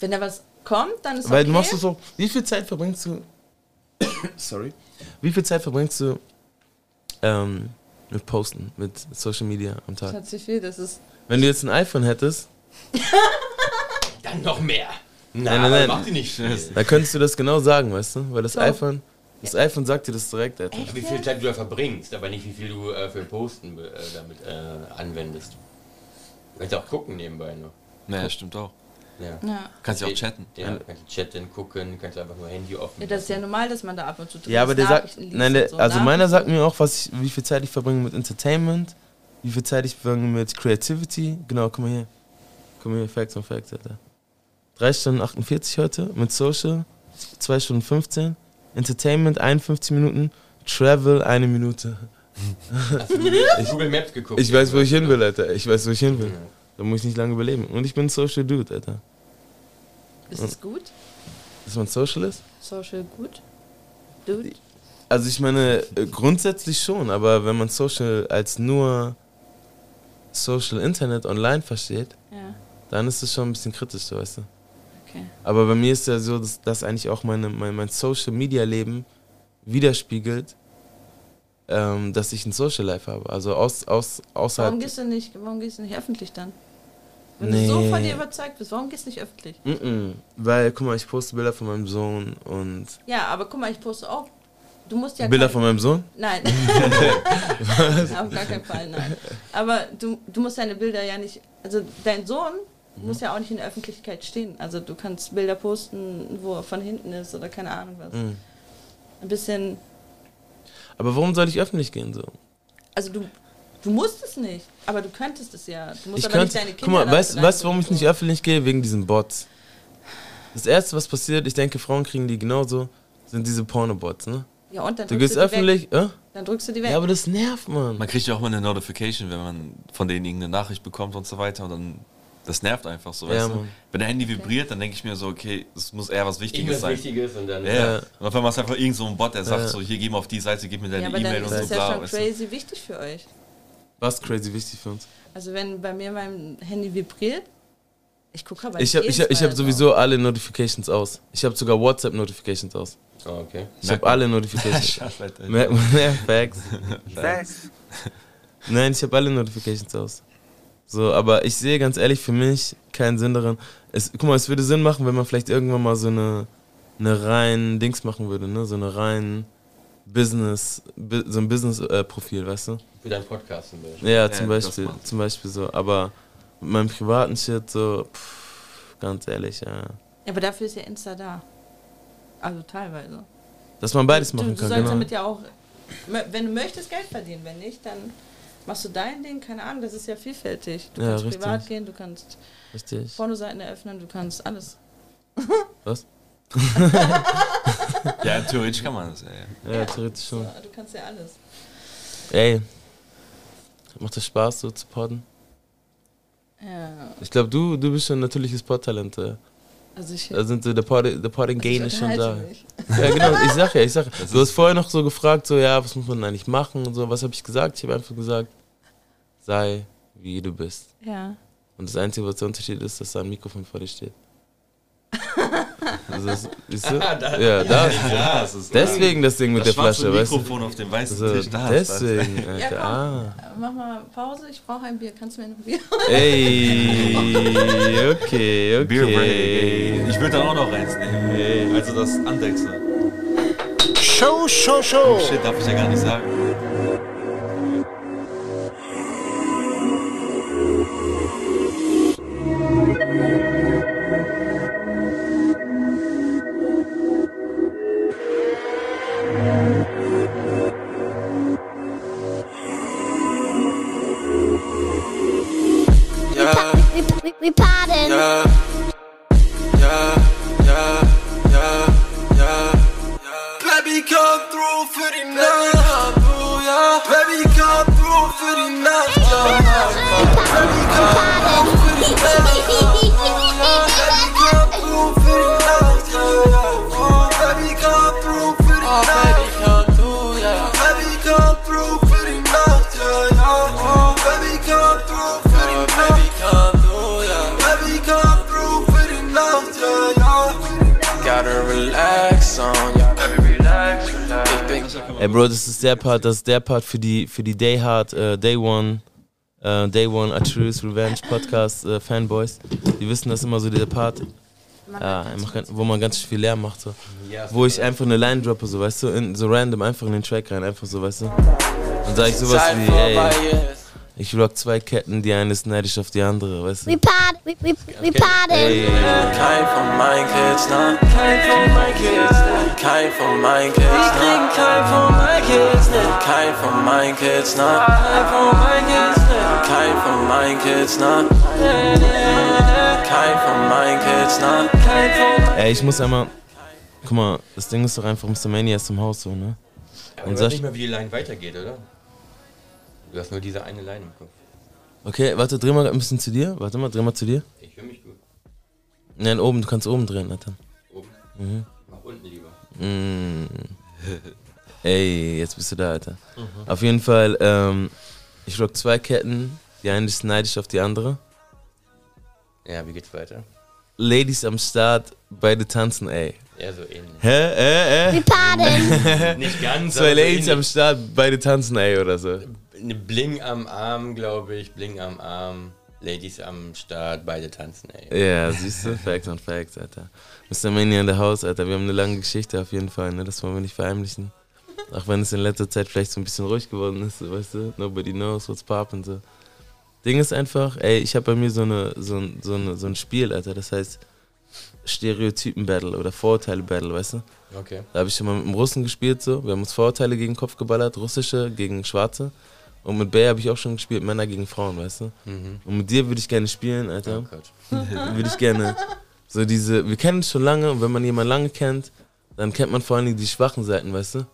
Speaker 3: Wenn da was kommt, dann ist
Speaker 1: Weil
Speaker 3: okay.
Speaker 1: du machst es so. Wie viel Zeit verbringst du. Sorry. Wie viel Zeit verbringst du ähm, mit Posten, mit Social Media am
Speaker 3: Das
Speaker 1: Tag?
Speaker 3: hat zu viel, das ist.
Speaker 1: Wenn du jetzt ein iPhone hättest,
Speaker 5: Dann noch mehr.
Speaker 1: Nein,
Speaker 5: Nein,
Speaker 1: nein,
Speaker 5: nein,
Speaker 1: nein.
Speaker 5: mach die nicht schnell.
Speaker 1: dann könntest du das genau sagen, weißt du? Weil das
Speaker 3: So.
Speaker 1: iPhone. Das iPhone sagt dir das direkt, Alter.
Speaker 5: Wie viel Zeit du da verbringst, aber nicht wie viel du äh, für Posten äh, damit äh, anwendest. Du kannst auch gucken nebenbei noch.
Speaker 6: Naja, stimmt auch.
Speaker 5: Ja.
Speaker 3: Ja.
Speaker 6: Kannst ja auch chatten.
Speaker 5: Ja, kannst du chatten, gucken, kannst einfach nur Handy offen.
Speaker 3: ja, das ist ja normal, dass man da ab und zu drin
Speaker 1: Ja, aber der sagt,
Speaker 3: Nachrichten liest
Speaker 1: nein,
Speaker 3: und
Speaker 1: der,
Speaker 3: so.
Speaker 1: also
Speaker 3: Nachrichten-
Speaker 1: meiner sagt mir auch, was ich, wie viel Zeit ich verbringe mit Entertainment, wie viel Zeit ich verbringe mit Creativity. Genau, guck mal hier. Guck mal hier, Facts on Facts, Alter. 3 Stunden 48 heute mit Social, 2 Stunden 15, Entertainment 51 Minuten, Travel eine Minute.
Speaker 5: ich Google Maps geguckt.
Speaker 1: Ich weiß, wo ich hin will, Alter. Ich weiß, wo ich hin will. Da muss ich nicht lange überleben. Und ich bin ein Social Dude, Alter.
Speaker 3: Ist es gut?
Speaker 1: Dass man Social ist?
Speaker 3: Social gut? Dude?
Speaker 1: Also ich meine, äh, grundsätzlich schon, aber wenn man Social als nur Social Internet online versteht,
Speaker 3: Ja,
Speaker 1: dann ist es schon ein bisschen kritisch, so, weißt du.
Speaker 3: okay.
Speaker 1: Aber bei mir ist ja so, dass das eigentlich auch meine, mein, mein Social Media Leben widerspiegelt, ähm, dass ich ein Social Life habe. Also aus, aus, außerhalb.
Speaker 3: Warum gehst du nicht, warum gehst du nicht öffentlich dann? Wenn du so
Speaker 1: Nee.
Speaker 3: von dir überzeugt bist, warum gehst du nicht öffentlich?
Speaker 1: Mm-mm. Weil, guck mal, ich poste Bilder von meinem Sohn und
Speaker 3: Ja, aber guck mal, ich poste auch du musst ja
Speaker 1: Bilder
Speaker 3: kein-
Speaker 1: von meinem Sohn?
Speaker 3: Nein. Auf gar keinen Fall, nein. Aber du, du musst deine Bilder ja nicht, also dein Sohn
Speaker 1: Mhm.
Speaker 3: muss ja auch nicht in der Öffentlichkeit stehen. Also du kannst Bilder posten, wo er von hinten ist oder keine Ahnung was.
Speaker 1: Mhm.
Speaker 3: Ein bisschen,
Speaker 1: Aber warum soll ich öffentlich gehen so?
Speaker 3: also du, du musst es nicht, aber du könntest es ja. Du musst
Speaker 1: Ich
Speaker 3: aber
Speaker 1: könnte,
Speaker 3: nicht deine Kinder
Speaker 1: guck mal,
Speaker 3: dafür
Speaker 1: weißt du,
Speaker 3: beeinflussen.
Speaker 1: warum ich nicht öffentlich gehe? Wegen diesen Bots. Das erste, was passiert, ich denke, Frauen kriegen die genauso, sind diese Pornobots, ne?
Speaker 3: Ja, und dann
Speaker 1: Du
Speaker 3: drückst
Speaker 1: gehst
Speaker 3: du die weg.
Speaker 1: öffentlich, äh?
Speaker 3: Dann drückst du die weg.
Speaker 1: Ja, aber das nervt, Mann.
Speaker 6: Man kriegt ja auch mal eine Notification, wenn man von denen irgendeine Nachricht bekommt und so weiter. Und dann, das nervt einfach so,
Speaker 1: Ja,
Speaker 6: weißt du?
Speaker 1: Mann.
Speaker 6: Wenn dein Handy vibriert, dann denke ich mir so, okay, das muss eher was Wichtiges
Speaker 5: Irgendwas
Speaker 6: sein.
Speaker 5: Wichtiges und dann.
Speaker 6: Ja.
Speaker 1: Ja.
Speaker 6: Und auf einmal ist einfach irgend so ein Bot, der sagt
Speaker 1: Ja.
Speaker 6: so, hier, geh mal auf die Seite, gib mir
Speaker 3: ja,
Speaker 6: deine
Speaker 3: aber dann
Speaker 6: E-Mail
Speaker 3: ist
Speaker 6: und so,
Speaker 3: das ja
Speaker 6: bla,
Speaker 3: schon
Speaker 6: weißt du?
Speaker 3: crazy wichtig für euch.
Speaker 1: Was crazy wichtig für uns.
Speaker 3: Also wenn bei mir mein Handy vibriert, ich gucke aber
Speaker 1: Ich habe ich hab, ich hab
Speaker 3: jedes Mal
Speaker 1: sowieso alle Notifications aus. Ich habe sogar WhatsApp-Notifications aus.
Speaker 5: Oh, okay.
Speaker 1: Ich habe
Speaker 6: Merkt man.
Speaker 1: alle Notifications.
Speaker 6: Scheiße, Alter.
Speaker 1: Merkt man, ja, Facts.
Speaker 6: Facts.
Speaker 1: Nein, ich habe alle Notifications aus. So, aber ich sehe ganz ehrlich für mich keinen Sinn daran. Es, guck mal, es würde Sinn machen, wenn man vielleicht irgendwann mal so eine, eine rein Dings machen würde, ne? So eine rein Business, bu- so ein Business-Profil, weißt du?
Speaker 5: Für deinen Podcast zum Beispiel.
Speaker 1: Ja, zum
Speaker 6: Ja, das
Speaker 1: Beispiel,
Speaker 6: macht's.
Speaker 1: zum Beispiel so. Aber mit meinem privaten Shit so, pff, ganz ehrlich, ja.
Speaker 3: Ja, aber dafür ist ja Insta da. Also teilweise.
Speaker 1: Dass man beides
Speaker 3: Du,
Speaker 1: machen
Speaker 3: du
Speaker 1: kann,
Speaker 3: sollst
Speaker 1: genau.
Speaker 3: damit ja auch, mö- wenn du möchtest, Geld verdienen. Wenn nicht, dann machst du dein Ding, keine Ahnung, das ist ja vielfältig. Du
Speaker 1: Ja,
Speaker 3: kannst
Speaker 1: richtig.
Speaker 3: privat gehen, du kannst
Speaker 1: Richtig.
Speaker 3: Pornoseiten eröffnen, du kannst alles.
Speaker 1: Was?
Speaker 6: Ja, theoretisch kann man das, ja. ja.
Speaker 1: Ja, theoretisch schon.
Speaker 3: So, du kannst ja alles.
Speaker 1: Ey, macht das Spaß, so zu podden?
Speaker 3: Ja,
Speaker 1: Ich glaube, du, du bist schon ein natürliches Podtalent. äh.
Speaker 3: also ich, Also
Speaker 1: Da sind so, der Pod- der Podding-Gain
Speaker 3: ich
Speaker 1: ist schon da.
Speaker 3: unterhalte mich.
Speaker 1: Ja, genau, ich sag ja, ich sag ja. Du hast vorher noch so gefragt, so, ja, was muss man eigentlich machen und so. Was habe ich gesagt? Ich habe einfach gesagt, sei wie du bist.
Speaker 3: Ja.
Speaker 1: Und das Einzige, was der Unterschied ist, dass da ein Mikrofon vor dir steht. Also, das, siehst du? Ja, das.
Speaker 6: Ja, das ist
Speaker 1: Deswegen das Ding mit
Speaker 6: das
Speaker 1: der
Speaker 6: schwarze
Speaker 1: Flasche, weißt du?
Speaker 6: Mikrofon auf dem weißen
Speaker 1: So,
Speaker 6: Tisch, da hast du das.
Speaker 1: deswegen, Alter. ah.
Speaker 3: Mach mal Pause, ich brauche ein Bier. Kannst du mir noch ein Bier?
Speaker 1: Ey, okay,
Speaker 6: Beer Break,
Speaker 1: okay.
Speaker 6: ey. Ich würde da auch noch eins nehmen. Also das Andechse.
Speaker 8: Show, show, show.
Speaker 6: Oh, Shit, darf ich ja gar nicht sagen.
Speaker 4: We, we, we pardon.
Speaker 2: Baby, come through für die Nacht. Baby, come through für die Nacht. Baby, come through für die Nacht. Baby, come through für die Nacht. Oh, Baby, come through für die Nacht. Baby, come through für die Nacht. Oh, Baby, come through für die Nacht. Baby, come through für die Nacht. Gotta relax on ya. Baby, relax, relax. Ich bin
Speaker 1: Ey, Bro, das ist der Part, das ist der Part für die, für die Day Hard, äh, Day One, äh, Day One Arturius Revenge Podcast äh, Fanboys. Die wissen das ist immer so, der Part, ja, einfach ganz- wo man ganz schön viel Lärm macht. So.
Speaker 5: Ja,
Speaker 1: Wo ich einfach eine Line droppe, so, weißt du, in, so random einfach in den Track rein, einfach so, weißt du. Dann sag ich sowas
Speaker 2: Zeit
Speaker 1: wie,
Speaker 2: vorbei
Speaker 1: ey,
Speaker 2: ist.
Speaker 1: ich rock zwei Ketten, die eine ist neidisch auf die andere, weißt
Speaker 4: We
Speaker 1: du.
Speaker 4: pardon. We, we, we pardon.
Speaker 2: Kein von meinen Kids, nein. Kein von meinen Kids, nein. Kein von meinen Kids, nein. Ich krieg kein von meinen Kids, nein. Kein von meinen Kids, nein. Kein von meinen Kids, nein. Kein von meinen Kids, nein. Kein von meinen Kids, nein. Kein von
Speaker 1: Ey, ich muss einmal, guck mal, das Ding ist doch einfach, Mr. Mania ist im Haus, so, ne?
Speaker 5: Aber
Speaker 1: Und
Speaker 5: du weißt
Speaker 1: sag-
Speaker 5: nicht mehr, wie die Line weitergeht, oder? Du hast nur diese eine Line im Kopf.
Speaker 1: Okay, warte, dreh mal ein bisschen zu dir, warte mal, dreh mal zu dir.
Speaker 5: Ich höre mich gut.
Speaker 1: Nein, oben, du kannst oben drehen, Alter.
Speaker 5: Oben. Nach unten lieber.
Speaker 1: Mm. Ey, jetzt bist du da, Alter.
Speaker 5: Mhm.
Speaker 1: Auf jeden Fall, ähm, ich rock zwei Ketten. Die eine ist neidisch auf die andere.
Speaker 5: Ja, wie geht's weiter?
Speaker 1: Ladies am Start, beide tanzen, ey.
Speaker 5: Ja, so ähnlich.
Speaker 1: Hä, äh,
Speaker 4: We
Speaker 1: äh?
Speaker 4: pardon.
Speaker 5: Nicht ganz,
Speaker 1: Zwei
Speaker 5: aber so
Speaker 1: Ladies am
Speaker 5: ähnlich.
Speaker 1: Start, beide tanzen, ey, oder so.
Speaker 5: Ne Bling am Arm, glaube ich. Bling am Arm. Ladies am Start, beide tanzen, ey.
Speaker 1: Ja, siehst du? Facts und Facts, Alter. Mr. Mania in der Haus, Alter. Wir haben eine lange Geschichte auf jeden Fall, ne? Das wollen wir nicht verheimlichen. Auch wenn es in letzter Zeit vielleicht so ein bisschen ruhig geworden ist, so, weißt du? Nobody knows what's poppin' so. Ding ist einfach, ey, ich habe bei mir so, eine, so, ein- so, eine, so ein Spiel, Alter, das heißt Stereotypen-Battle oder Vorurteile-Battle, weißt du?
Speaker 5: Okay.
Speaker 1: Da habe ich schon mal mit einem Russen gespielt, so. Wir haben uns Vorurteile gegen den Kopf geballert, russische gegen schwarze. Und mit Bär habe ich auch schon gespielt, Männer gegen Frauen, weißt du? Und mit dir würde ich gerne spielen, Alter.
Speaker 5: Oh Gott.
Speaker 1: Würde ich gerne. So diese, wir kennen uns schon lange und wenn man jemanden lange kennt, dann kennt man vor allen Dingen die schwachen Seiten, weißt du?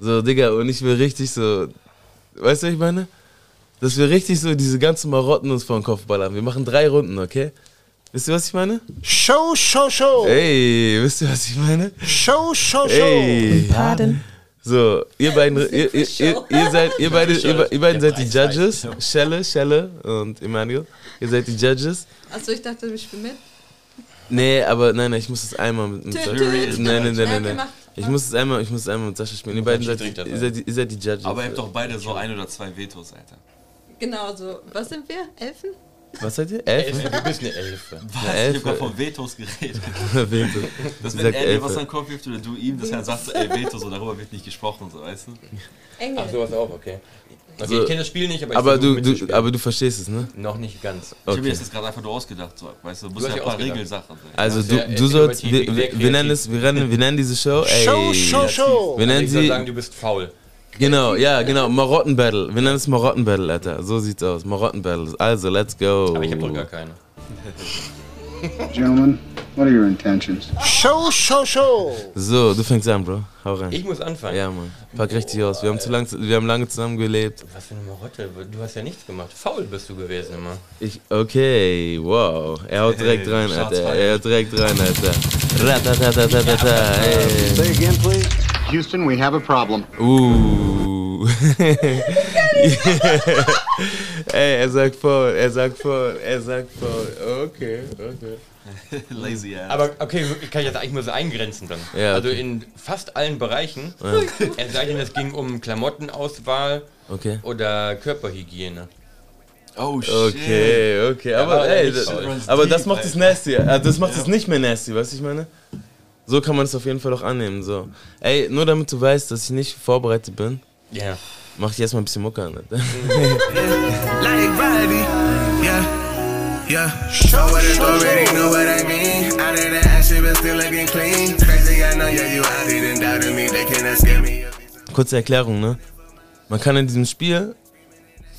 Speaker 1: So, Digga, und ich will richtig so, weißt du, was ich meine? Dass wir richtig so diese ganzen Marotten uns vor den Kopf ballern. Wir machen drei Runden, okay? Wisst ihr, was ich meine?
Speaker 8: Show, show, show.
Speaker 1: Ey, wisst ihr, was ich meine?
Speaker 8: Show, show, show.
Speaker 1: Ey.
Speaker 3: Pardon.
Speaker 1: So, ihr beiden, ihr, ihr, ihr, ihr seid, ihr beide, ihr, ihr beiden seid die
Speaker 5: Der Preis
Speaker 1: Judges. Schelle, Schelle und Emmanuel. Ihr seid die Judges.
Speaker 3: Achso, ich dachte, ich bin mit.
Speaker 1: Nee, aber nein, nein, ich muss das einmal mit, mit
Speaker 3: Tü,
Speaker 1: Sascha.
Speaker 3: tü, tü,
Speaker 1: Nein,
Speaker 3: tü.
Speaker 1: nein, nein, nein,
Speaker 3: Ja,
Speaker 1: nein.
Speaker 3: okay, mach.
Speaker 1: Ich muss es einmal, ich muss es einmal mit Sascha spielen. Ihr beiden seid,
Speaker 5: Schiedsrichter
Speaker 1: ihr seid, die- ihr seid die Judges.
Speaker 6: Aber ihr habt doch beide so ein oder zwei Vetos, Alter.
Speaker 3: Genau so. Was sind wir? Elfen?
Speaker 1: Was seid ihr? Elf?
Speaker 5: Elfe, du bist eine Elfe.
Speaker 6: Was? Ich
Speaker 1: Elfe.
Speaker 6: hab grad von Vetos geredet.
Speaker 1: Veto.
Speaker 6: Dass
Speaker 1: Ich
Speaker 6: wenn
Speaker 1: sag
Speaker 6: er dir
Speaker 1: Elfe.
Speaker 6: was an den Kopf wirft oder du ihm, dass er sagt, so, ey, Veto, so darüber wird nicht gesprochen, so, weißt du?
Speaker 3: Engel.
Speaker 5: Ach, sowas auch, okay. Okay,
Speaker 1: So.
Speaker 5: ich kenne das Spiel nicht, aber ich
Speaker 1: Aber
Speaker 5: versuche
Speaker 1: du, du,
Speaker 5: mitzuspielen.
Speaker 1: aber du verstehst es, ne?
Speaker 5: Noch nicht ganz.
Speaker 6: Ich hab mir
Speaker 1: Okay.
Speaker 6: das jetzt gerade einfach nur ausgedacht, so, weißt du? Du musst
Speaker 5: hast ja
Speaker 6: ja ein paar
Speaker 5: ausgedacht.
Speaker 6: Regelsachen sein.
Speaker 1: Also
Speaker 5: sehr
Speaker 1: du, du
Speaker 5: innovativ,
Speaker 1: sollst, wir,
Speaker 5: sehr
Speaker 1: wir, wir
Speaker 5: kreativ.
Speaker 1: nennen es, wir nennen, wir nennen diese Show. Ey,
Speaker 8: Show, show, show.
Speaker 1: Wir nennen
Speaker 5: ich soll sagen,
Speaker 1: sie,
Speaker 5: du bist faul.
Speaker 1: genau, ja, genau, Marotten Battle. Wir nennen es Marotten Battle, Alter. So sieht's aus, Marotten Battle. Also, let's go.
Speaker 5: Aber ich habe doch gar keine.
Speaker 9: Gentlemen, what are your intentions?
Speaker 8: Show, show, show.
Speaker 1: So, du fängst an, Bro. Hau rein.
Speaker 5: Ich muss anfangen.
Speaker 1: ja, Mann. Pack richtig aus. Wir haben, zu lang, wir haben lange zusammen gelebt.
Speaker 5: Was für eine Marotte. Du hast ja nichts gemacht. Faul bist du gewesen immer.
Speaker 1: Ich, okay, wow. Er haut direkt
Speaker 6: Hey,
Speaker 1: rein,
Speaker 6: Shots
Speaker 1: Alter.
Speaker 6: fired.
Speaker 1: Er haut direkt rein, Alter. Ratatatatata, ey.
Speaker 9: Say again, please. Houston, we have a problem.
Speaker 1: Uh. ey, er sagt voll, er sagt voll, er sagt voll. Okay, okay. Ah.
Speaker 6: Lazy ass.
Speaker 5: Aber okay, ich kann jetzt eigentlich nur so eingrenzen dann.
Speaker 1: Ja,
Speaker 5: Also
Speaker 1: okay.
Speaker 5: in fast allen Bereichen. Es sei denn, es ging um Klamottenauswahl
Speaker 1: Okay.
Speaker 5: oder Körperhygiene.
Speaker 6: oh, shit.
Speaker 1: Okay, okay, aber,
Speaker 5: aber
Speaker 1: ey,
Speaker 5: nicht
Speaker 1: das,
Speaker 5: faul.
Speaker 1: aber das macht es nasty, äh, das macht es nicht mehr nasty, weißt du, ich meine? So kann man es auf jeden Fall auch annehmen, so. Ey, nur damit du weißt, dass ich nicht vorbereitet bin,
Speaker 5: Ja.
Speaker 1: mach ich erstmal ein bisschen Mucke an. Alter.
Speaker 7: Like Bobby. Yeah, yeah. Show what it already know what I mean. Out of the ashes, but still looking clean. Crazy, I know, yeah, you out here and doubting me. They cannot scare me.
Speaker 1: Kurze Erklärung, ne? Man kann in diesem Spiel,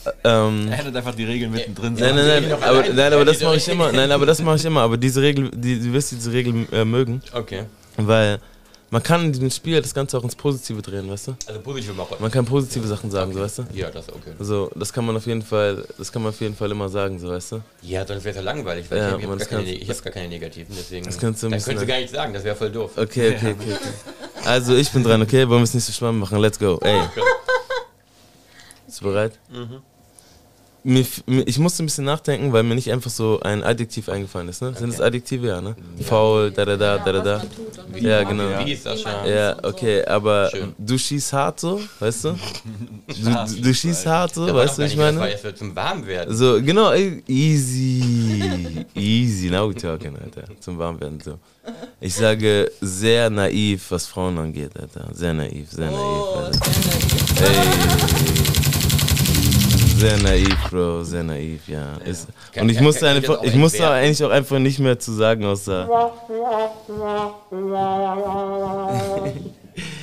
Speaker 1: äh, ähm,
Speaker 6: Er hätte einfach die Regeln mittendrin
Speaker 1: Nein,
Speaker 6: sagen.
Speaker 1: nein, nein, aber,
Speaker 5: allein.
Speaker 1: nein, aber das mache ich immer. Nein, aber das mache ich immer. Aber diese Regel, die, du wirst diese Regel äh, mögen,
Speaker 5: Okay.
Speaker 1: weil man kann in diesem Spiel das Ganze auch ins Positive drehen, weißt du?
Speaker 5: Also positive Marotte.
Speaker 1: Man kann positive Sachen sagen, so, weißt du?
Speaker 5: Ja, das ist okay.
Speaker 1: So, Also, das kann man auf jeden Fall, das kann man auf jeden Fall immer sagen, so, weißt du?
Speaker 5: Ja, sonst wäre es ja langweilig, weil
Speaker 1: Ja,
Speaker 5: ich
Speaker 1: man,
Speaker 5: habe
Speaker 1: das
Speaker 5: gar, keine- Ne-
Speaker 1: kannst-
Speaker 5: ich hab gar keine negativen, deswegen. Das
Speaker 1: kannst du ein
Speaker 5: dann
Speaker 1: bisschen-
Speaker 5: könntest du gar nicht sagen, das wäre voll doof.
Speaker 1: Okay, okay, okay, okay. Also, ich bin dran, okay? Wollen wir es nicht so schwamm machen? Let's go. Ey. Bist du bereit?
Speaker 3: Mhm.
Speaker 1: Mir, f- mir, ich musste ein bisschen nachdenken, weil mir nicht einfach so ein Adjektiv eingefallen ist, ne? Sind das Adjektive, ja, ne? Faul, da da da, da da da.
Speaker 3: Was man tut und was
Speaker 1: Ja,
Speaker 3: man
Speaker 1: genau.
Speaker 5: Wie ist das schon?
Speaker 1: Ja,
Speaker 3: und so.
Speaker 1: okay, aber
Speaker 5: Schön.
Speaker 1: du schießt hart so, weißt du? Du, du schießt hart so,
Speaker 5: Da war noch
Speaker 1: weißt du,
Speaker 5: gar
Speaker 1: ich
Speaker 5: nicht, Das war
Speaker 1: meine?
Speaker 5: erst zum Warmwerden.
Speaker 1: So, genau, ey, easy. Easy, now we talking, ne, Alter. Zum Warmwerden so. Ich sage sehr naiv, was Frauen angeht, Alter. Sehr naiv, sehr naiv,
Speaker 3: Oh,
Speaker 1: Alter.
Speaker 3: sehr nett.
Speaker 1: Sehr naiv, Bro, sehr naiv, ja. Ist,
Speaker 5: Kann-
Speaker 1: und ich
Speaker 5: kann-
Speaker 1: musste,
Speaker 5: kann ich
Speaker 1: einfach,
Speaker 5: das auch
Speaker 1: ich musste
Speaker 5: entwerten?
Speaker 1: eigentlich auch einfach nicht mehr zu sagen, außer.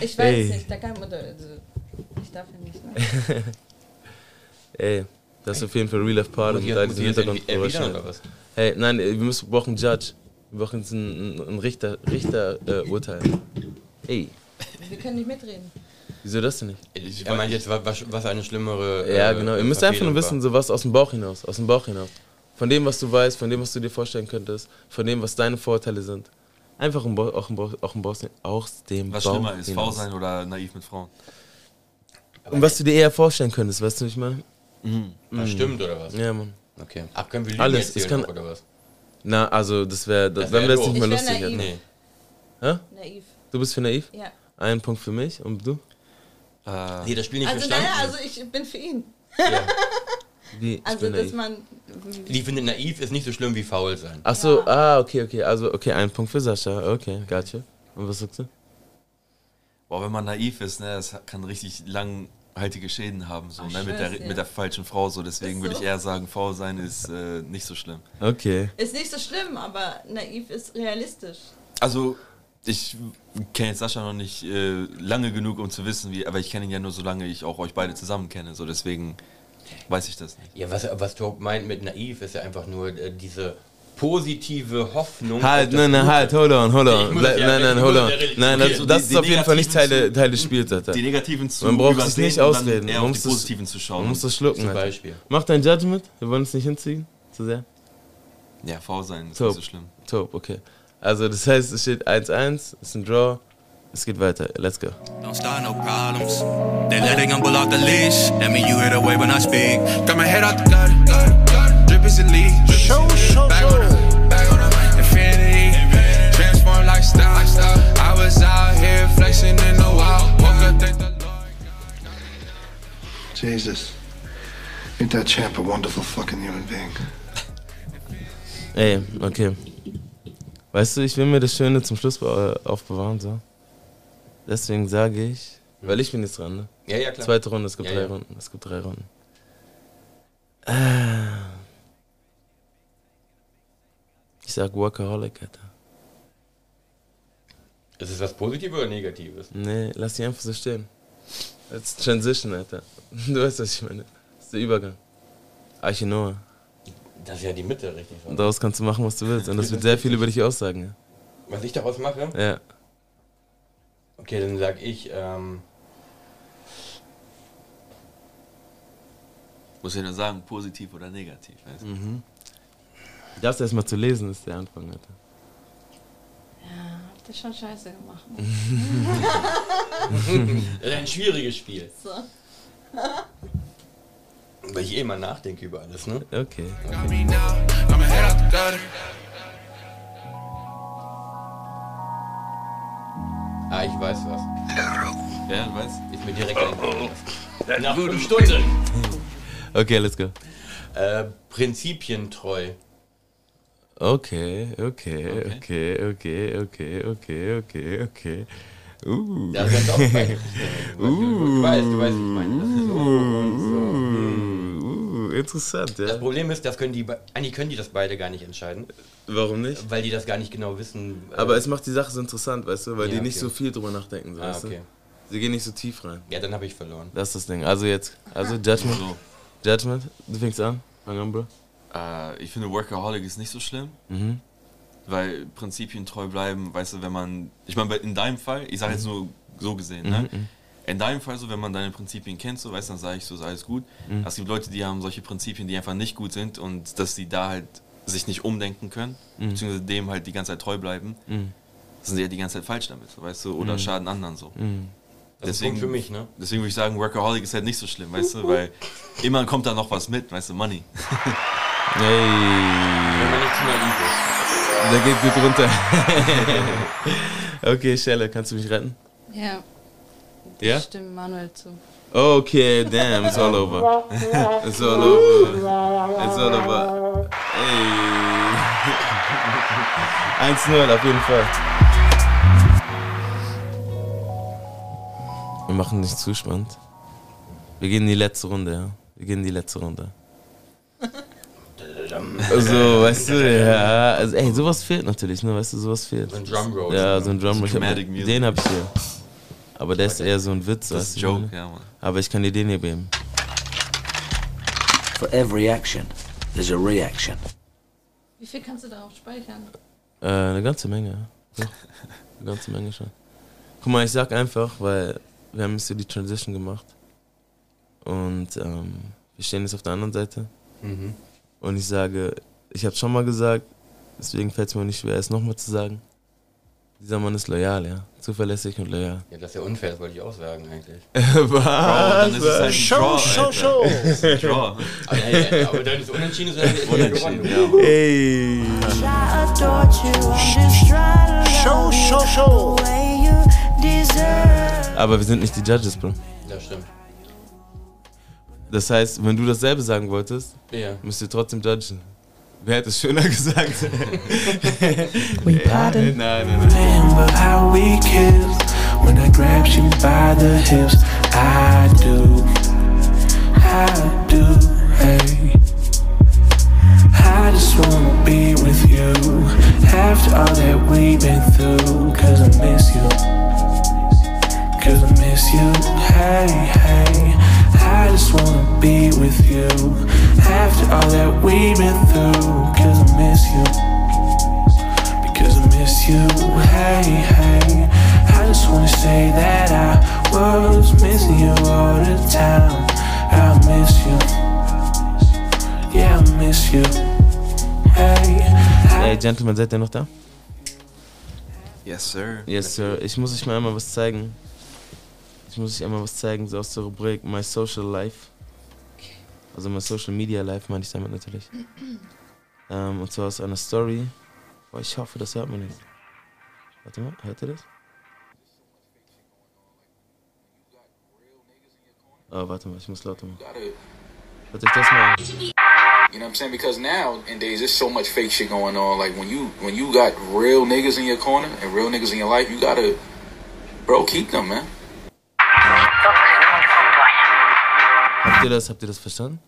Speaker 3: Ich weiß
Speaker 1: Ey.
Speaker 3: nicht, da kann man. Also, ich darf ja nicht. Ne?
Speaker 1: Ey, das ist auf jeden Fall Real Life Part
Speaker 5: Muss
Speaker 1: und
Speaker 5: ich
Speaker 1: all
Speaker 5: jetzt- muss
Speaker 1: diesen
Speaker 5: ich jetzt
Speaker 1: Hintergrundgeräuschen.
Speaker 5: erwidern
Speaker 1: Alter.
Speaker 5: oder was?
Speaker 1: Hey, nein, wir müssen, wir brauchen einen Judge. Wir brauchen jetzt ein, ein- ein Richter, Richter äh, Urteil. Ey,
Speaker 3: Wir können nicht mitreden.
Speaker 1: wieso das denn nicht?
Speaker 5: Ich er meint jetzt, wa- was, was eine schlimmere.
Speaker 1: Ja,
Speaker 5: äh,
Speaker 1: genau. Ihr müsst einfach nur
Speaker 5: Verfehlung
Speaker 1: wissen,
Speaker 5: war.
Speaker 1: so was aus dem Bauch hinaus, aus dem Bauch hinaus. Von dem, was du weißt, von dem, was du dir vorstellen könntest, von dem, was deine Vorteile sind. Einfach im Bauch, auch im Bauch, auch im Bauch, aus dem
Speaker 6: Was
Speaker 1: Bauch
Speaker 6: schlimmer ist, faul
Speaker 1: hinaus.
Speaker 6: sein oder naiv mit Frauen.
Speaker 1: Und was du dir eher vorstellen könntest, weißt du, was ich meine?
Speaker 5: Das stimmt oder was?
Speaker 1: Ja, Mann.
Speaker 5: Okay. Ach, können wir Lügen
Speaker 1: hm. Alles,
Speaker 5: erzählen
Speaker 1: es kann-
Speaker 5: oder was?
Speaker 1: Na, also, das wäre,
Speaker 5: Das wär
Speaker 1: wenn wir das nicht mehr
Speaker 5: doof.
Speaker 3: Ich wär
Speaker 1: lustig hätten.
Speaker 3: naiv.
Speaker 5: Nee.
Speaker 3: Naiv.
Speaker 1: Du bist für naiv?
Speaker 3: Ja.
Speaker 1: Ein Punkt für mich und du? Äh,
Speaker 5: Nee, das Spiel nicht
Speaker 3: Also,
Speaker 5: verstanden.
Speaker 3: naja, also ich bin für ihn.
Speaker 1: Wie? Ich
Speaker 3: Also,
Speaker 1: bin
Speaker 3: dass
Speaker 1: naiv.
Speaker 3: man.
Speaker 5: Die findet naiv ist nicht so schlimm wie faul sein.
Speaker 1: Ach so, ah, okay, okay. Also, okay, ein Punkt für Sascha. Okay, gotcha. Und was sagst du?
Speaker 6: boah, wenn man naiv ist, ne, das kann richtig langhaltige Schäden haben, so,
Speaker 3: Ach,
Speaker 6: ne, mit der,
Speaker 3: Scheiße.
Speaker 6: mit der falschen Frau, so, deswegen
Speaker 3: Ist
Speaker 6: würde
Speaker 3: so.
Speaker 6: ich eher sagen, faul sein ist äh, nicht so schlimm.
Speaker 1: Okay.
Speaker 3: Ist nicht so schlimm, aber naiv ist realistisch.
Speaker 6: Also, ich kenne jetzt Sascha noch nicht äh, lange genug, um zu wissen, wie, aber ich kenne ihn ja nur, solange ich auch euch beide zusammen kenne, so, deswegen weiß ich das nicht.
Speaker 5: Ja, was, was Tob meint mit naiv, ist ja einfach nur äh, diese positive Hoffnung.
Speaker 1: Halt,
Speaker 5: auf das
Speaker 1: nein, nein,
Speaker 5: Gute.
Speaker 1: halt, hold on, hold
Speaker 5: Ich
Speaker 1: on.
Speaker 5: muss
Speaker 1: Bleib,
Speaker 5: ja-
Speaker 1: nein, nein,
Speaker 5: ich
Speaker 1: hold
Speaker 5: muss
Speaker 1: on.
Speaker 5: ja reden.
Speaker 1: Nein, das,
Speaker 6: Die-
Speaker 1: das
Speaker 6: die
Speaker 1: ist auf jeden Fall nicht Teil,
Speaker 6: Negativen
Speaker 1: der- Teil des Spiels, Alter.
Speaker 6: Die Negativen zu
Speaker 1: Man braucht sich nicht
Speaker 6: übersehen und dann
Speaker 1: ausreden.
Speaker 6: eher
Speaker 1: Man
Speaker 6: auf
Speaker 1: muss
Speaker 6: die
Speaker 1: das-
Speaker 6: Positiven zu schauen.
Speaker 1: Man muss das schlucken,
Speaker 5: Zum
Speaker 1: Alter.
Speaker 5: Beispiel.
Speaker 1: Mach dein Judgment. Wir wollen es nicht hinziehen. Zu sehr.
Speaker 6: ja, faul sein ist
Speaker 1: Top.
Speaker 6: nicht so schlimm.
Speaker 1: Top, okay. Also, das heißt, es steht 1-1, ist ein Draw. Es geht weiter. Let's go.
Speaker 10: Don't start no problems. They let a gamble off the leash. That mean you hit away when I speak. Got my head out the gutter. Drip is elite. Show, show, back on the, back on the infinity. Transform lifestyle. I was out here flexing in the wild. Woke up, thank the Lord.
Speaker 9: Jesus. Ain't that champ a wonderful fucking human being?
Speaker 1: Ey, okay. Weißt du, ich will mir das Schöne zum Schluss be- aufbewahren, so. Deswegen sage ich, weil ich bin jetzt dran, ne?
Speaker 5: Ja, ja, klar.
Speaker 1: Zweite Runde, es gibt
Speaker 5: Ja,
Speaker 1: drei
Speaker 5: ja.
Speaker 1: Runden. Es gibt drei Runden. Äh. Ich sag Workaholic, Alter.
Speaker 5: Ist es was Positives oder Negatives?
Speaker 1: Nee, lass die einfach so stehen. Als Transition, Alter. Du weißt, was ich meine. Das ist der Übergang. Arche Noah.
Speaker 5: Das ist ja die Mitte, richtig?
Speaker 1: Und daraus kannst du machen, was du willst. Und das wird sehr viel über dich aussagen.
Speaker 5: Was ich daraus mache?
Speaker 1: Ja. ja.
Speaker 5: Okay, dann sag ich, ähm,
Speaker 6: Muss ich nur sagen, positiv oder negativ. Weißt? du?
Speaker 1: Das erstmal zu lesen ist der Anfang, Alter.
Speaker 3: Habt ihr schon scheiße gemacht.
Speaker 5: das ist ein schwieriges Spiel.
Speaker 3: So.
Speaker 5: Weil ich eh mal nachdenke über alles, ne?
Speaker 1: Okay.
Speaker 10: Got me now. Got my head out the gutter.
Speaker 5: Ah, ich weiß was.
Speaker 6: Ja, weißt? Oh,
Speaker 5: Ist mir direkt eingefallen. Nach fünf Stunden.
Speaker 1: Okay, let's go.
Speaker 5: Äh, prinzipientreu.
Speaker 1: Okay, okay, okay, okay, okay, okay, okay, okay. Uh.
Speaker 5: Ja, das ist auch fein. Du weißt, du weißt, wie ich meine. Das ist so und so.
Speaker 1: Uh, interessant,
Speaker 5: Das
Speaker 1: ja.
Speaker 5: Problem ist, das können die, be- eigentlich können die das beide gar nicht entscheiden,
Speaker 1: Warum nicht?
Speaker 5: weil die das gar nicht genau wissen. äh,
Speaker 1: Aber es macht die Sache so interessant, weißt du, weil
Speaker 5: Ja,
Speaker 1: die nicht
Speaker 5: okay.
Speaker 1: so viel drüber nachdenken, so,
Speaker 5: ah,
Speaker 1: weißt
Speaker 5: okay.
Speaker 1: du? Sie gehen nicht so tief rein.
Speaker 5: Ja, dann habe ich verloren.
Speaker 1: Das ist das Ding. Also jetzt, also Judgment.
Speaker 6: So.
Speaker 1: Judgment, du fängst an. Fang an, Bro.
Speaker 6: Äh, ich finde, Workaholic ist nicht so schlimm,
Speaker 1: Mhm.
Speaker 6: weil Prinzipien treu bleiben, weißt du, wenn man, ich meine, in deinem Fall, ich sage jetzt nur so gesehen, ne? In deinem Fall so, wenn man deine Prinzipien kennt, so, weißt du, dann sage ich so, ist alles gut. Aber Es gibt Leute, die haben solche Prinzipien, die einfach nicht gut sind und dass die da halt sich nicht umdenken können, beziehungsweise dem halt die ganze Zeit treu bleiben, sind sie ja die ganze Zeit falsch damit, so, weißt du, oder schaden anderen so.
Speaker 5: Das ist ein Punkt für mich, ne?
Speaker 6: Deswegen würde ich sagen, Workaholic ist halt nicht so schlimm, weißt du, weil immer kommt da noch was mit, weißt du, Money.
Speaker 1: Hey,
Speaker 5: Wenn man nicht zu naiv
Speaker 1: da geht gut runter. okay, Schelle, kannst du mich retten?
Speaker 3: Ja,
Speaker 1: Ja?
Speaker 3: stimmt Manuel zu.
Speaker 1: Okay, damn, it's all over. It's all over. It's all over. Hey. 1-0 auf jeden Fall. Wir machen nicht zu spannend. Wir gehen in die letzte Runde, ja. Wir gehen in die letzte Runde. So, weißt du, ja. Also, ey, sowas fehlt natürlich, ne? Weißt du, sowas fehlt.
Speaker 5: ist. Ein Drumroll.
Speaker 1: Ja, so ein Drumroll. Ich hab-
Speaker 6: Dramatic Music.
Speaker 1: Den hab ich hier. Aber der ist eher so ein Witz.
Speaker 6: Das ist
Speaker 1: weißt
Speaker 6: ein
Speaker 1: du, ne?
Speaker 6: Joke, ja, Mann.
Speaker 1: Aber ich kann dir den hier geben.
Speaker 11: For every action, there's a reaction.
Speaker 3: Wie viel kannst du darauf speichern?
Speaker 1: Äh, eine ganze Menge. ja. Doch, eine ganze Menge schon. Guck mal, ich sag einfach, weil wir haben jetzt hier die Transition gemacht. Und ähm, wir stehen jetzt auf der anderen Seite.
Speaker 5: Mhm.
Speaker 1: Und ich sage, ich habe schon mal gesagt, deswegen fällt es mir nicht schwer, es nochmal zu sagen. Dieser Mann ist loyal, ja. Zuverlässig und loyal.
Speaker 5: Ja, das ist ja unfair, das wollte ich auch sagen eigentlich. Oh,
Speaker 6: Bro, dann ist es halt ein
Speaker 8: Show,
Speaker 6: Draw,
Speaker 8: show,
Speaker 6: Alter.
Speaker 8: show.
Speaker 6: Das ist ein Draw.
Speaker 5: Aber, Ah, ja, ja, aber dann ist unentschieden, ist dann
Speaker 6: Unentschieden,
Speaker 5: gewonnen.
Speaker 6: ja.
Speaker 1: Ey!
Speaker 8: Show, show, show.
Speaker 1: Aber wir sind nicht die Judges, Bro.
Speaker 5: Das stimmt.
Speaker 1: Das heißt, wenn du dasselbe sagen wolltest,
Speaker 5: Ja.
Speaker 1: müsst ihr trotzdem judgen. Wer hätte es schöner gesagt? Äh,
Speaker 3: We pardon.
Speaker 1: nein, nein, nein.
Speaker 11: But how we kill
Speaker 12: When I grab you by the hips, I do, I do, hey. I just wanna be with you after all that we've been through. Cause I miss you, cause I miss you, hey, hey. I just wanna be with you after all that we've been through. Cause I miss you, because I miss you, hey, hey. I just wanna say that I was missing you all the time. I miss you, yeah, I miss you, hey.
Speaker 1: Ey, Gentlemen, seid ihr noch da?
Speaker 6: Yes, sir.
Speaker 1: Yes, Sir. Ich muss euch mal einmal was zeigen. Ich muss euch einmal was zeigen, so aus der Rubrik My Social Life. Also My Social Media Life meine ich damit natürlich. Ähm, und zwar aus einer Story. Boah, ich hoffe, das hört man nicht. Warte mal, hört ihr das? Oh, warte mal, ich muss lauter machen. Hört euch das mal an.
Speaker 13: You know what I'm saying? Because now in days there's so much fake shit going on. Like when you when you got real niggas in your corner and real niggas in your life, you gotta bro keep them, man.
Speaker 1: Habt ihr das, habt ihr das verstanden?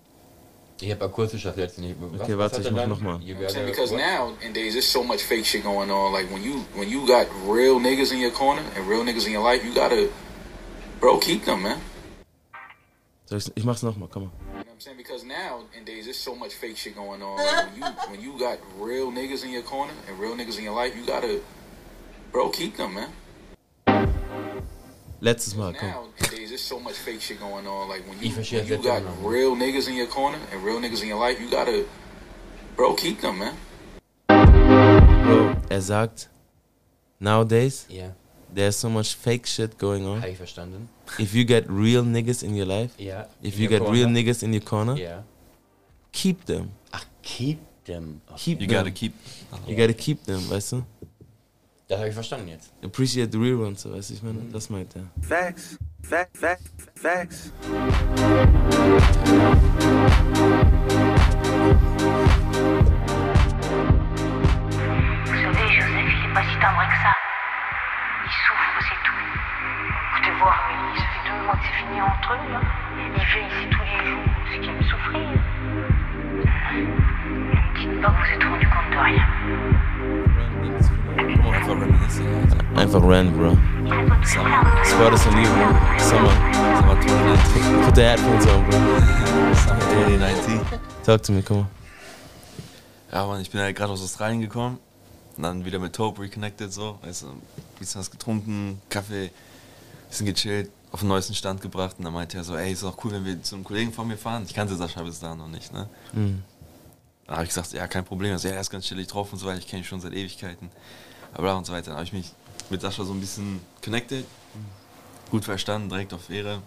Speaker 5: Ich habe akustisch das letzte nicht.
Speaker 1: Okay, warte, ich mach nochmal.
Speaker 13: You know what I'm saying? Because now in days there's so much fake shit going on. Like when you when you got real niggas in your corner and real niggas in your life, you gotta bro keep them, man.
Speaker 1: Soll ich's- Ich mach's nochmal, komm mal.
Speaker 13: You know what I'm saying? Because now in days there's so much fake shit going on. Like when you when you got real niggas in your corner and real niggas in your life, you gotta bro keep them, man.
Speaker 1: Letztes Mal, komm.
Speaker 13: Now in days there's so much fake shit going on. Like when
Speaker 1: Ich
Speaker 13: you
Speaker 1: verstehe
Speaker 13: when you
Speaker 1: das
Speaker 13: got
Speaker 1: jetzt auch noch.
Speaker 13: real niggas in your corner and real niggas in your life, you gotta bro keep them, man.
Speaker 1: Bro, er sagt, nowadays,
Speaker 5: Ja.
Speaker 1: there's so much fake shit going on.
Speaker 5: Habe ich verstanden.
Speaker 1: If you get real niggas in your life,
Speaker 5: Ja,
Speaker 1: if
Speaker 5: in
Speaker 1: you
Speaker 5: your
Speaker 1: get real
Speaker 5: corner.
Speaker 1: niggas in your corner,
Speaker 5: Ja.
Speaker 1: keep them.
Speaker 5: Ach, keep them.
Speaker 1: Keep
Speaker 5: You
Speaker 1: them.
Speaker 5: gotta keep-
Speaker 1: You gotta keep them, weißt du?
Speaker 5: Das habe ich verstanden jetzt.
Speaker 1: Appreciate the real ones, so, weißt du, ich meine, das meint er.
Speaker 8: Facts. Facts. Facts. Facts.
Speaker 1: Einfach ran, bro. Das war das in you, bro. Summer. Summer 2019. Put the headphones on, bro.
Speaker 6: Summer 2019.
Speaker 1: Talk to me, komm mal.
Speaker 6: Ja, Mann, ich bin halt gerade aus Australien gekommen. Und dann wieder mit Taupe reconnected, so. Weißt du, ein bisschen was getrunken, Kaffee, bisschen gechillt, auf den neuesten Stand gebracht. Und dann meinte er so, ey, ist auch cool, wenn wir zu einem Kollegen von mir fahren. Ich kannte Sascha bis da noch nicht, ne?
Speaker 1: Mhm.
Speaker 6: Dann habe ich gesagt, ja, kein Problem. Also, ja, er ist ganz chillig drauf und so weiter. Ich kenne ihn schon seit Ewigkeiten. Aber und so weiter. Dann habe ich mich mit Sascha so ein bisschen connected. Gut verstanden, direkt auf Ehre.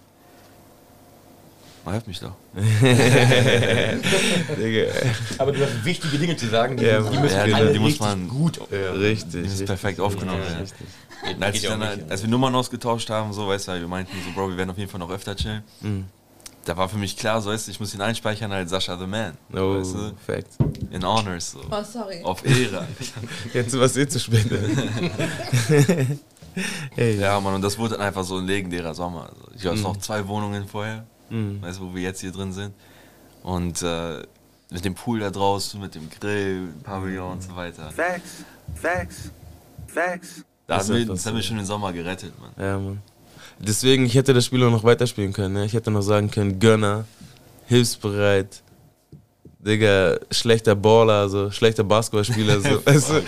Speaker 6: Man hört mich doch.
Speaker 1: Digga.
Speaker 5: Aber du hast wichtige Dinge zu sagen, die, die müssen
Speaker 6: ja,
Speaker 5: alle
Speaker 6: die muss
Speaker 5: richtig
Speaker 6: man
Speaker 5: gut hören.
Speaker 6: Die müssen perfekt aufgenommen werden. Und Als,
Speaker 5: Geht
Speaker 6: ich
Speaker 5: ja auch
Speaker 6: dann,
Speaker 5: nicht,
Speaker 6: als wir Nummern ausgetauscht haben, so, weißt du, wir meinten so, Bro, wir werden auf jeden Fall noch öfter chillen.
Speaker 1: Mhm.
Speaker 6: Da war für mich klar, so, weißt du, ich muss ihn einspeichern als Sascha the Man.
Speaker 1: Oh,
Speaker 6: weißt du?
Speaker 1: fact.
Speaker 6: In Honors, so.
Speaker 3: Oh, sorry.
Speaker 6: Auf Ehre.
Speaker 1: Jetzt war's eh zu spät.
Speaker 6: Ja, Mann, und das wurde dann einfach so ein legendärer Sommer. Also, ich glaube, es
Speaker 1: Mhm.
Speaker 6: noch zwei Wohnungen vorher,
Speaker 1: Mhm.
Speaker 6: weißt du, wo wir jetzt hier drin sind. Und äh, mit dem Pool da draußen, mit dem Grill, Pavillon und so weiter.
Speaker 8: Facts. Facts. Facts.
Speaker 6: Da
Speaker 1: Das
Speaker 6: haben wir,
Speaker 1: ist
Speaker 6: das
Speaker 1: was,
Speaker 6: haben
Speaker 1: ja.
Speaker 6: wir schon den Sommer gerettet, Mann.
Speaker 1: Ja, Mann. Ähm, Deswegen, ich hätte das Spiel auch noch weiterspielen können. Ne? Ich hätte noch sagen können, Gönner, hilfsbereit, Digga, schlechter Baller, so, schlechter Basketballspieler, so, weißt du?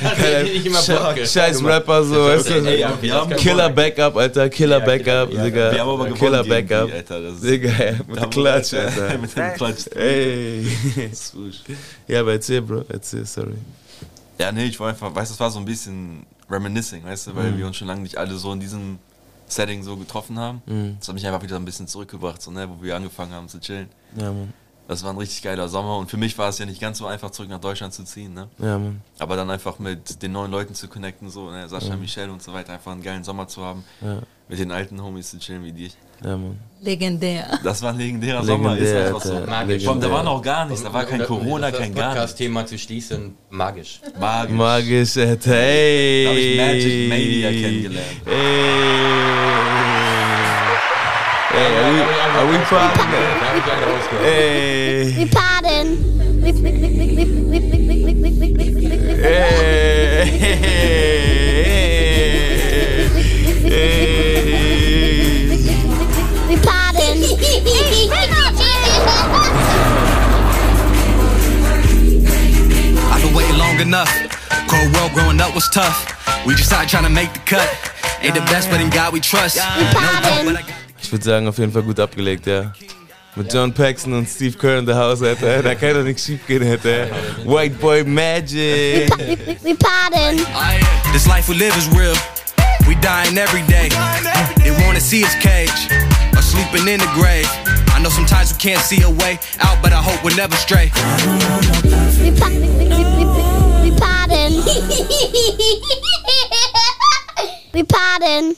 Speaker 5: Tatsächlich immer Bock, gell?
Speaker 1: Sche- Scheiß Rapper, so,
Speaker 5: Das
Speaker 1: weißt
Speaker 5: ist- ey, ja,
Speaker 1: du?
Speaker 5: wir haben
Speaker 1: Killer
Speaker 5: gewonnen.
Speaker 1: Backup, Alter, Killer Backup, Digga.
Speaker 6: Wir haben aber
Speaker 1: Killer
Speaker 6: gewonnen gegen die,
Speaker 1: Backup.
Speaker 6: Alter, das ist-
Speaker 1: Digga, ja, mit
Speaker 6: Da
Speaker 1: der
Speaker 6: haben wir-
Speaker 1: Klatsch, Alter.
Speaker 6: mit dem Klatsch.
Speaker 1: Ey. Ja, aber erzähl, Bro, erzähl, sorry.
Speaker 6: Ja, nee, ich war einfach, weißt du, es war so ein bisschen reminiscing, weißt du, weil
Speaker 1: Mhm.
Speaker 6: wir uns schon lange nicht alle so in diesem Setting so getroffen haben.
Speaker 1: Mhm.
Speaker 6: Das hat mich einfach wieder ein bisschen zurückgebracht, so, ne, wo wir angefangen haben zu chillen.
Speaker 1: Ja, Mann.
Speaker 6: Das war ein richtig geiler Sommer und für mich war es ja nicht ganz so einfach, zurück nach Deutschland zu ziehen. Ne?
Speaker 1: Ja, Mann.
Speaker 6: Aber dann einfach mit den neuen Leuten zu connecten, so ne? Sascha,
Speaker 1: Ja.
Speaker 6: Michelle und so weiter, einfach einen geilen Sommer zu haben.
Speaker 1: Ja.
Speaker 6: Mit den alten Homies zu chillen wie dich.
Speaker 1: Ja, Mann.
Speaker 3: Legendär.
Speaker 6: Das war ein legendärer Sommer, ist
Speaker 1: Legendär,
Speaker 6: einfach so.
Speaker 1: Alter.
Speaker 6: Magisch.
Speaker 1: Legendär.
Speaker 6: Komm, Da war noch gar nichts, da war
Speaker 5: Um
Speaker 6: kein Corona, kein gar nichts.
Speaker 5: Das Thema zu schließen, magisch.
Speaker 6: Magisch.
Speaker 1: Magisch, Alter. Hey.
Speaker 5: Da hab ich Magic Mania
Speaker 1: kennengelernt. Hey. Hey, are we, are we proud? Hey.
Speaker 4: We pardon. We we we we we we we we we we we we we we we pardon.
Speaker 10: I've been waiting long enough. Cold world growing up was tough. We just out trying to make the cut. Ain't the best, but in God we trust. No doubt, but I got
Speaker 1: Ich würde sagen, auf jeden Fall gut abgelegt, ja. Mit John Paxson und Steve Kerr in der Haus, Alter. Da kann doch nichts schief gehen, Alter. White Boy Magic.
Speaker 4: We pardon.
Speaker 10: this life we live is real. We dying every day. They wanna see us cage or sleeping in the grave. I know sometimes we can't see a way out, but I hope we'll never stray.
Speaker 4: We pa- we- we- we- we- we- we pardon. We pardon.